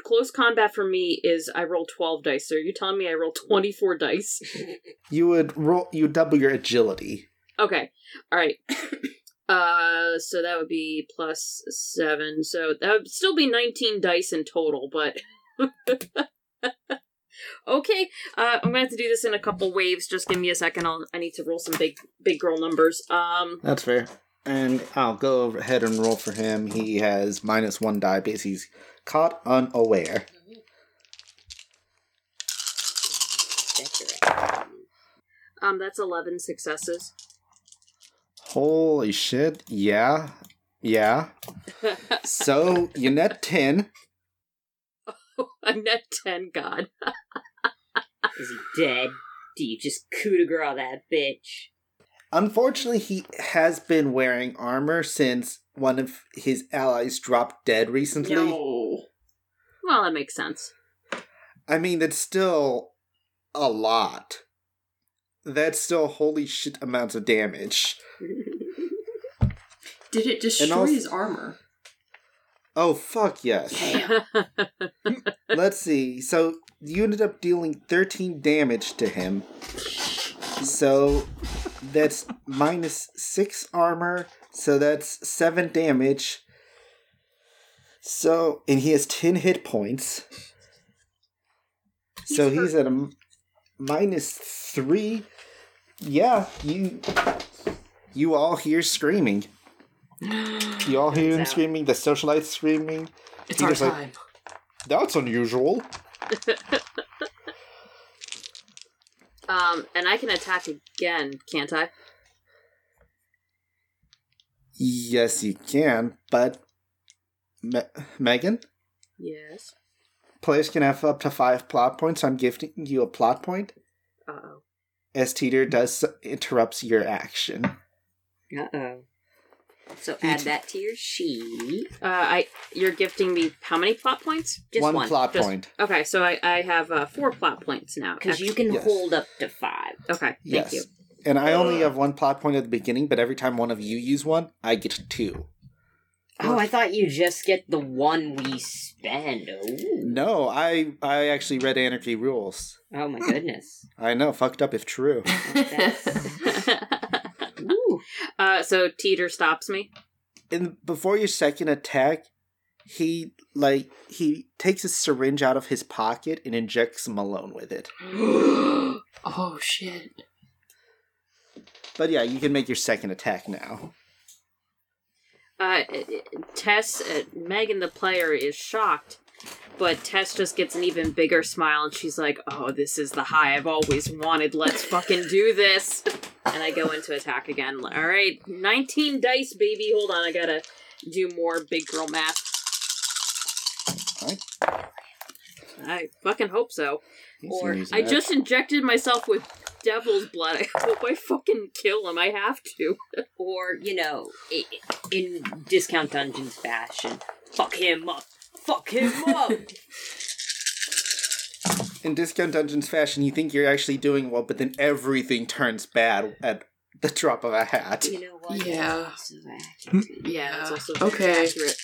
E: close combat for me is i roll 12 dice so are you telling me i roll 24 dice
G: You would roll you double your agility.
E: okay all right uh so that would be plus 7 so that would still be 19 dice in total but okay uh i'm gonna have to do this in a couple waves just give me a second I'll, i need to roll some big big girl numbers um
G: That's fair. And I'll go over- ahead and roll for him. He has minus one die because he's caught unaware.
E: um that's 11 successes
G: Holy shit. Yeah. Yeah. so you net 10.
E: a net 10 god
H: Is he dead? Do you just coup de grace that bitch?
G: Unfortunately, he has been wearing armor since one of his allies dropped dead recently.
I: No.
E: well that makes sense
G: I mean, that's still a lot. That's still holy shit amounts of damage.
I: Did it destroy
G: also-
I: his armor?
G: Oh, fuck yes. Let's see. So you ended up dealing 13 damage to him. So that's minus 6 armor. So that's 7 damage. So, and he has 10 hit points. so he's at a m- minus 3. Yeah, you you all hear screaming. You all hear him
H: That's out.
G: screaming, the socialites screaming.
I: It's
G: He
I: our
G: just, like,
I: time.
G: That's unusual.
E: um and i can attack again can't i
G: Yes, you can, but Me- Megan,
E: yes
G: players can have up to five plot points. I'm gifting you a plot point
E: uh-oh
G: as Teeter does interrupts your action.
H: Uh oh. So add that to your sheet.
E: uh i you're gifting me how many plot points
H: Just one.
G: plot
E: Just-
G: point.
E: okay so i i have uh four plot points now
H: Because you
E: actually.
H: can
G: Yes.
H: hold up to five.
E: okay thank
G: yes,
E: you
G: and I only have one plot point at the beginning, but every time one of you use one, I get two.
H: Oh, I thought you just get the one we spend. Ooh.
G: No, I I actually read Anarchy rules.
H: Oh my goodness.
G: I know, fucked up if true.
H: That's.
E: Uh, so Teeter stops me.
G: in before your second attack, he like he takes a syringe out of his pocket and injects Malone with it.
I: oh shit.
G: But yeah, you can make your second attack now.
E: Uh, Tess, uh, Megan the player is shocked, but Tess just gets an even bigger smile and she's like, "Oh, this is the high I've always wanted. Let's fucking do this." And I go into attack again. All right, 19 dice, baby. Hold on, I got to do more big girl math. I fucking hope so. Or
G: amazing.
E: I just injected myself with devil's blood. I hope I fucking kill him. I have to.
H: or you know, i- in discount dungeons fashion, fuck him up, fuck him up.
G: In Discount Dungeons fashion, you think you're actually doing well, but then everything turns bad at the drop of a hat.
H: you know what?
I: Yeah.
H: That's also accurate.
I: Yeah.
E: That's also very
I: okay.
E: accurate.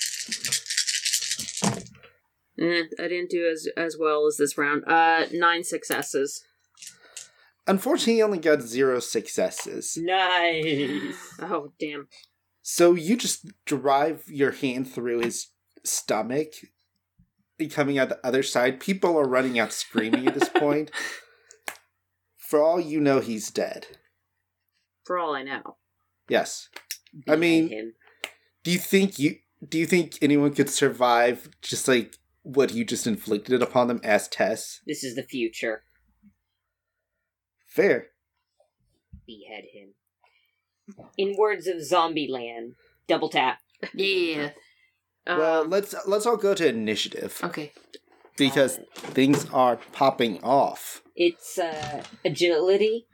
E: Mm, I didn't do as as well as this round. Uh, nine successes.
G: Unfortunately, you only got zero successes.
H: Nice.
E: Oh damn!
G: So you just drive your hand through his stomach, and coming out the other side. People are running out screaming at this point. For all you know, he's dead.
E: For all I know,
G: Yes. I mean,
E: him.
G: do you think you do you think anyone could survive just like what you just inflicted upon them as Tess?
H: This is the future.
G: Fair.
H: Behead him. In words of Zombieland, double tap.
I: Yeah.
E: Uh,
G: well, let's let's all go to initiative
I: Okay.
G: because things are popping off.
H: It's uh, agility,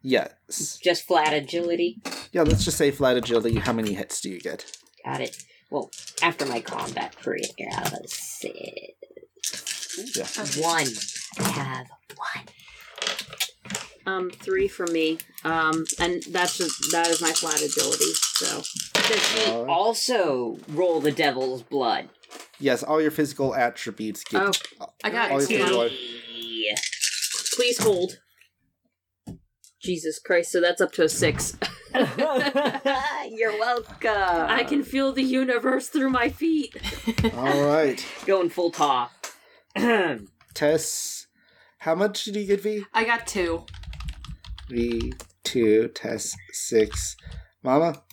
G: Yes.
H: just flat agility.
G: Yeah, let's just say flat agility. How many hits do you get?
H: Got it. Well, after my combat career, I was sick.
G: Yeah.
H: One. I have one.
E: um, three for me. Um, and that's just that is my flat agility. So
H: Does he
G: Alright.
H: also roll the devil's blood?
G: Yes, all your physical attributes get.
E: Oh,
I: I got
G: all your
I: it.
G: physical
I: too.
H: Yeah.
E: please hold. Jesus Christ! So that's up to a six.
H: You're welcome.
E: I can feel the universe through my feet.
G: all right,
H: going full top. That's
G: Tess. How much did you get? V
I: I got two.
G: V two Tess six. Mama.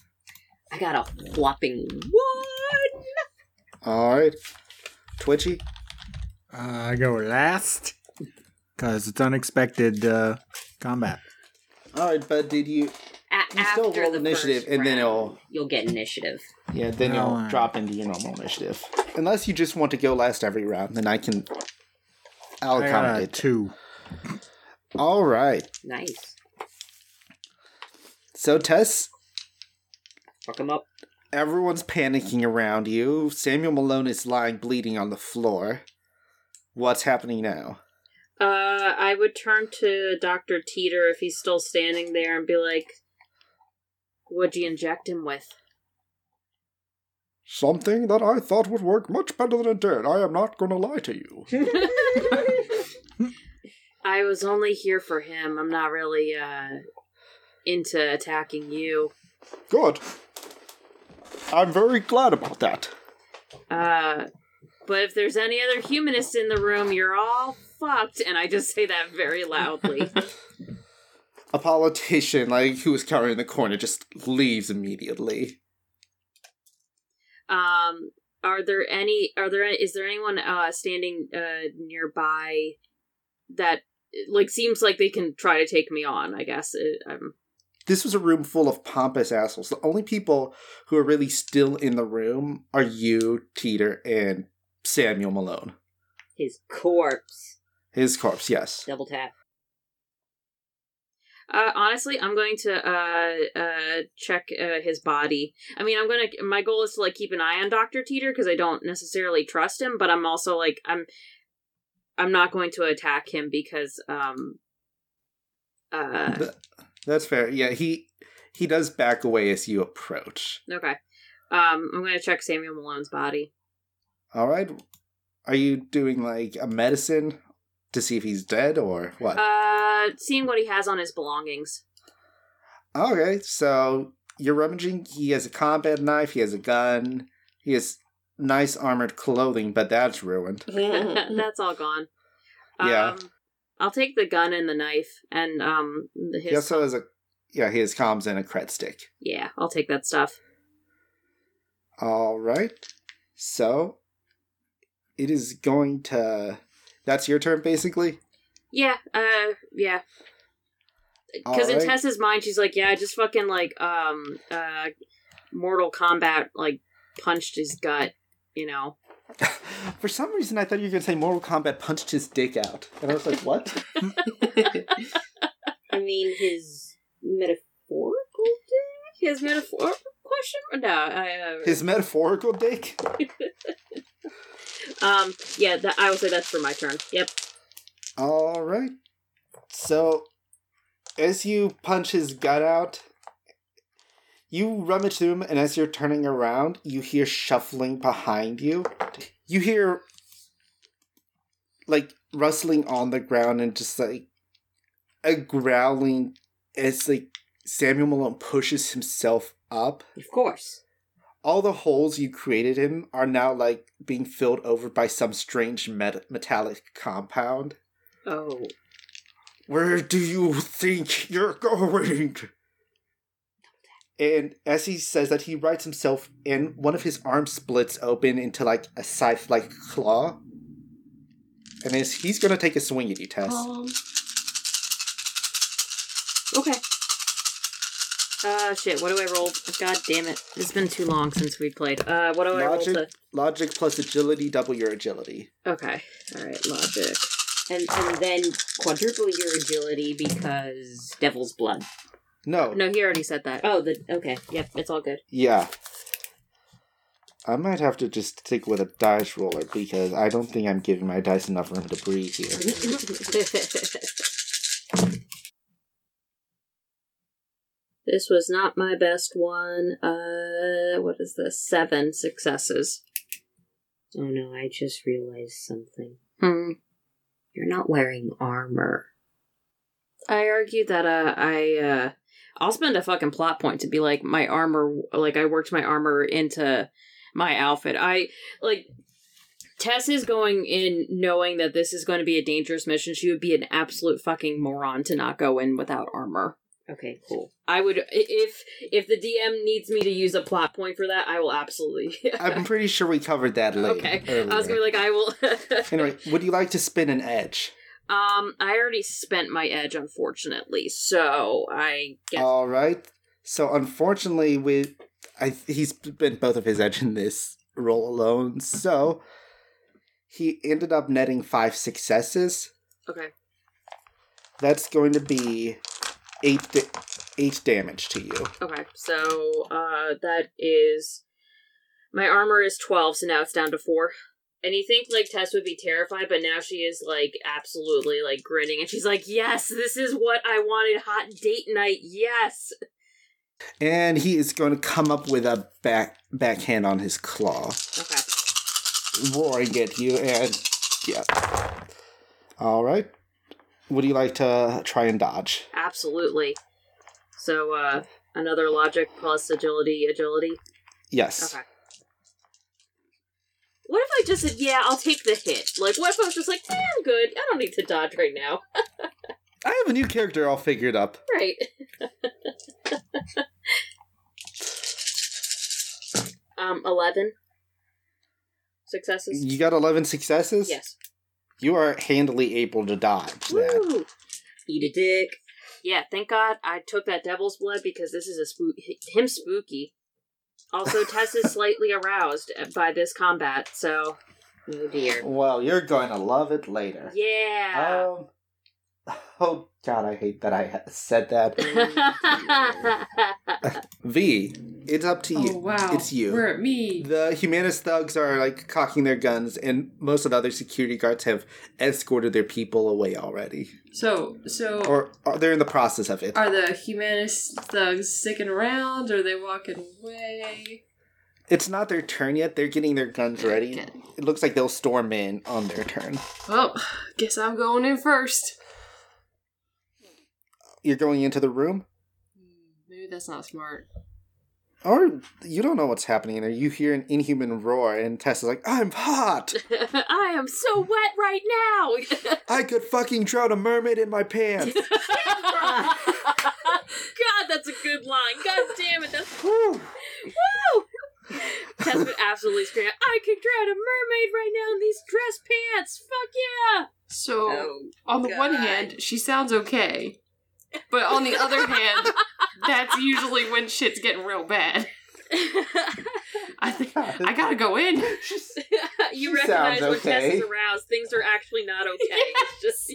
E: I got a whopping one.
G: All right. Twitchy.
D: I uh, go last because it's unexpected uh, combat.
G: All right, but did you?
H: A-
G: You still
H: after
G: roll
H: the
G: initiative,
H: first
G: and then
H: round,
G: it'll-
H: you'll get initiative.
G: Yeah, then you'll
D: Alright.
G: drop into your normal initiative. Unless you just want to go last every round, then I can. I'll
D: I got a
G: accommodate.
D: two.
G: All right.
H: Nice.
G: So Tess,
H: Fuck him up.
G: Everyone's panicking around you. Samuel Malone is lying bleeding on the floor. What's happening now?
E: Uh, I would turn to Dr. Teeter if he's still standing there and be like, What'd you inject him with?
M: Something that I thought would work much better than it did. I am not going to lie to you.
E: I was only here for him. I'm not really, uh, into attacking you.
M: Good. I'm very glad about that.
E: Uh, but if there's any other humanists in the room, you're all fucked. And I just say that very loudly.
G: A politician, like who was cowering in the corner, just leaves immediately.
E: um, are there any, are there, is there anyone, uh, standing, uh, nearby that, like, seems like they can try to take me on, I guess. It, um,
G: This was a room full of pompous assholes. The only people who are really still in the room are you, Teeter, and Samuel Malone.
H: His corpse.
G: His corpse, yes.
H: Double tap.
E: Uh, honestly, I'm going to uh, uh, check uh, his body. I mean, I'm going to. My goal is to like keep an eye on Doctor Teeter because I don't necessarily trust him, but I'm also like I'm. I'm not going to attack him because um. Uh,
G: Th- That's fair. Yeah, he he does back away as you approach.
E: okay. Um, I'm going to check Samuel Malone's body.
G: All right. Are you doing like a medicine to see if he's dead or what?
E: Uh, seeing what he has on his belongings.
G: Okay, so you're rummaging. He has a combat knife. He has a gun. He has nice armored clothing, but that's ruined.
E: That's all gone.
G: Yeah.
E: Um, I'll take the gun and the knife and um the- his
G: he also has a yeah. He has comms and a cred stick.
E: yeah. I'll take that stuff.
G: All right. So it is going to. That's your turn, basically.
E: Yeah. Uh. Yeah. Because in
G: Alright.
E: Tessa's mind, she's like, "Yeah, I just fucking like um uh, Mortal Kombat like punched his gut, you know."
G: For some reason, I thought you were going to say Mortal Kombat punched his dick out, and I was like, "What?"
N: I mean, his metaphorical dick? His metaphor question? No, I, uh,
G: His metaphorical dick.
E: Um. Yeah. That I will say that's for my turn. Yep.
G: All right. So, as you punch his gut out, you rummage through him, and as you're turning around, you hear shuffling behind you. You hear, like, rustling on the ground and just, like, a growling as, like, Samuel Malone pushes himself up.
N: Of course.
G: All the holes you created him are now, like, being filled over by some strange met- metallic compound.
E: Oh.
G: Where do you think you're going? And as he says that, he writes himself, and one of his arms splits open into like a scythe like claw. And is he's gonna take a swing at you, Tess.
E: Um, okay. Uh, shit. What do I roll? God damn it! It's been too long since we played. Uh, what do I roll
G: logic,
E: to?
G: logic plus agility, double your agility.
E: Okay. All right. Logic.
N: And, and then quadruple your agility because Devil's Blood.
G: No.
E: No, he already said that.
N: Oh, the okay. Yep,
E: It's all good.
G: Yeah. I might have to just stick with a dice roller because I don't think I'm giving my dice enough room to breathe here.
E: this was not my best one. Uh, what is this? Seven successes.
N: Oh no, I just realized something.
E: Hmm.
N: You're not wearing armor.
E: I argued that uh, I uh, I'll spend a fucking plot point to be like my armor, like I worked my armor into my outfit. I like Tess is going in knowing that this is going to be a dangerous mission. She would be an absolute fucking moron to not go in without armor.
N: Okay,
H: Oh.
N: cool.
E: I would i- if if the DM needs me to use a plot point for that, I will absolutely.
G: I'm pretty sure we covered that later.
E: okay, I was gonna be
G: earlier.
E: like, I will.
G: Anyway, would you like to spin an edge?
E: um, I already spent my edge, unfortunately, so I guess
G: All right. So unfortunately, with I he's spent both of his edge in this roll alone. So he ended up netting five successes.
E: okay.
G: That's going to be eight da- eight damage to you.
E: Okay, so uh that is my armor is twelve, so now it's down to four. And you think like Tess would be terrified, but now she is like absolutely like grinning and she's like, Yes, this is what I wanted, hot date night, yes.
G: And he is going to come up with a back backhand on his claw,
E: Okay.
G: roaring at you. And yeah. All right. Would you like to try and dodge?
E: Absolutely. So uh another logic plus agility, agility.
G: Yes.
E: Okay. What if I just said, Yeah, I'll take the hit? Like what if I was just like, eh, I'm good, I don't need to dodge right now.
G: I have a new character all figured up.
E: Right. um, eleven successes.
G: You got 11 successes?
E: Yes.
G: You are handily able to dodge that.
E: Woo!
N: Eat a dick.
E: Yeah. Thank God I took that devil's blood because this is a spook. Him spooky. Also, Tess is slightly aroused uh, by this combat, so
N: Oh dear.
G: Well, you're going to love it later.
E: yeah.
G: Um, oh, God, I hate that I ha- said that. v, it's up to you.
I: Oh wow!
G: It's you.
I: We're at me.
G: the humanist thugs are like cocking their guns, and most of the other security guards have escorted their people away already,
I: So so
G: or, or they're in the process of it.
I: are the humanist thugs sticking around? Or are they walking away?
G: It's not their turn yet; they're getting their guns ready.
I: Okay.
G: It looks like they'll storm in on their turn.
E: Oh,
I: Well, guess I'm going in first.
G: You're going into the room.
I: Ooh, that's not smart.
L: Or you don't know what's happening in there. You hear an inhuman roar, and Tess is like, I'm hot!
E: I am so wet right now.
G: I could fucking drown a mermaid in my pants.
E: God, that's a good line. God damn it, that's
G: Woo!
E: Tess would absolutely scream. I could drown a mermaid right now in these dress pants. Fuck yeah.
I: So,
E: Oh,
I: on the one
E: God.
I: hand, she sounds okay. But on the other hand, that's usually when shit's getting real bad. I think I gotta go in.
E: you
G: She
E: recognize
G: sounds
E: when Tess is
G: okay.
E: aroused, things are actually not okay. It's just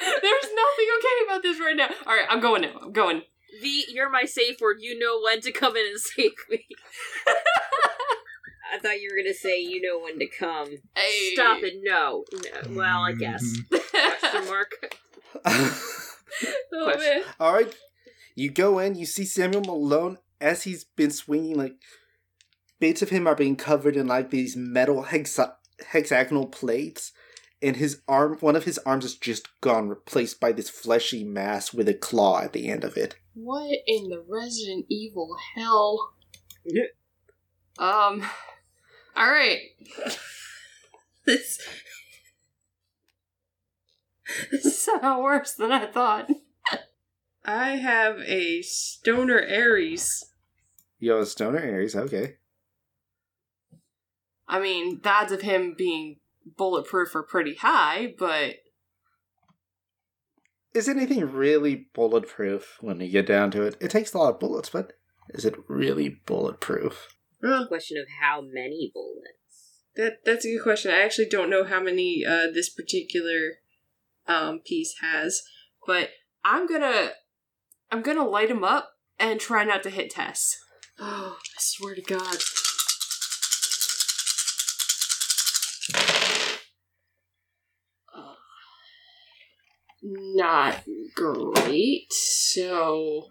I: There's nothing okay about this right now. All right, I'm going now. I'm going.
E: V, you're my safe word. You know when to come in and save me.
N: I thought you were gonna say you know when to come.
I: Hey.
E: Stop it. No. no. Well, I guess. Question mark. oh, man.
G: All right. You go in, you see Samuel Malone as he's been swinging, like, bits of him are being covered in, like, these metal hexa- hexagonal plates, and his arm, one of his arms is just gone, replaced by this fleshy mass with a claw at the end of it.
I: What in the Resident Evil hell? Um. All right. this. This is somehow worse than I thought. I have a stoner Aries.
G: Yo, Stoner Aries, okay.
I: I mean, the odds of him being bulletproof are pretty high, but
G: Is anything really bulletproof when you get down to it? It takes a lot of bullets, but is it really bulletproof?
N: Question of how many bullets?
I: that that's a good question. I actually don't know how many uh, this particular um, piece has, but I'm gonna I'm gonna light him up and try not to hit Tess. Oh, I swear to God. Uh, Not great. So,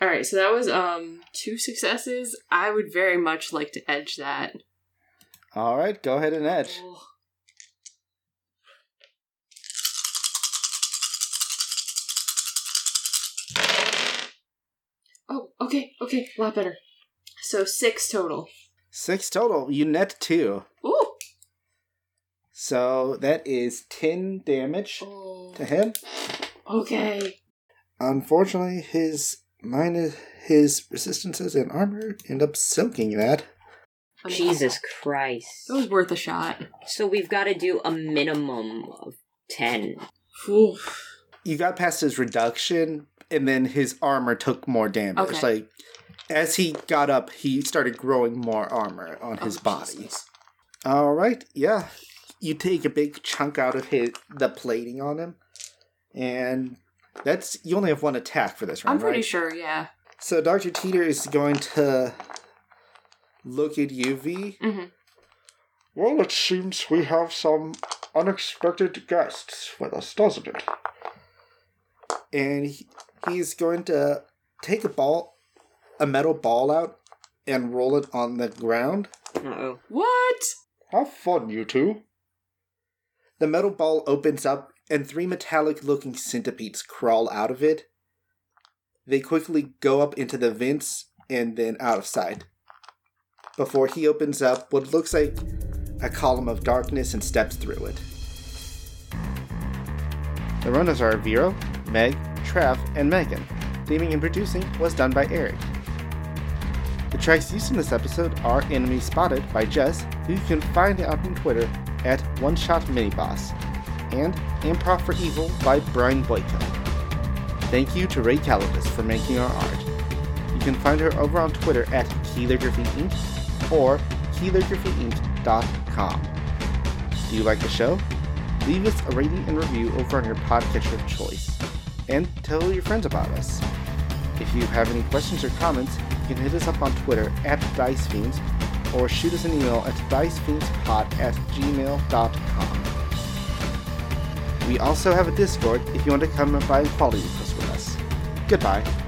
I: all right. So that was um two successes. I would very much like to edge that.
G: All right, go ahead and edge.
I: Oh. Oh, okay, okay, a lot better. So six total.
G: Six total. You net two.
I: Ooh.
G: So that is 10 damage to him.
I: Okay.
G: Unfortunately, his minus his resistances and armor end up soaking that.
N: Jesus Christ.
E: Oh.
I: It was worth a shot.
N: So we've gotta do a minimum of ten.
I: Oof.
G: You got past his reduction, and then his armor took more damage.
I: Okay.
G: Like, as he got up, he started growing more armor on
I: Oh,
G: his body. All right, yeah. You take a big chunk out of his the plating on him, and that's you only have one attack for this round,
I: I'm pretty
G: right?
I: sure, yeah.
G: So Doctor Teeter is going to look at UV.
I: Mhm.
O: Well, it seems we have some unexpected guests with us, doesn't it?
G: and he, he's going to take a ball, a metal ball out, and roll it on the ground.
N: oh.
I: What?
G: Have fun, you two. The metal ball opens up, and three metallic looking centipedes crawl out of it. They quickly go up into the vents and then out of sight. Before he opens up what looks like a column of darkness and steps through it. The runners are Vero, Meg, Trav, and Megan. Theming and producing was done by Eric. The tracks used in this episode are Enemy Spotted by Jess, who you can find out on Twitter at One Shot Miniboss, and Improv for Evil by Brian Boyko. Thank you to Ray Calibus for making our art. You can find her over on Twitter at Keylography Inc. or keylographyinc.com. Do you like the show? Leave us a rating and review over on your podcatcher of choice, and tell your friends about us. If you have any questions or comments, you can hit us up on Twitter at DiceFiends or shoot us an email at DiceFiendsPod at gmail.com. We also have a Discord if you want to come and buy quality books with us. Goodbye.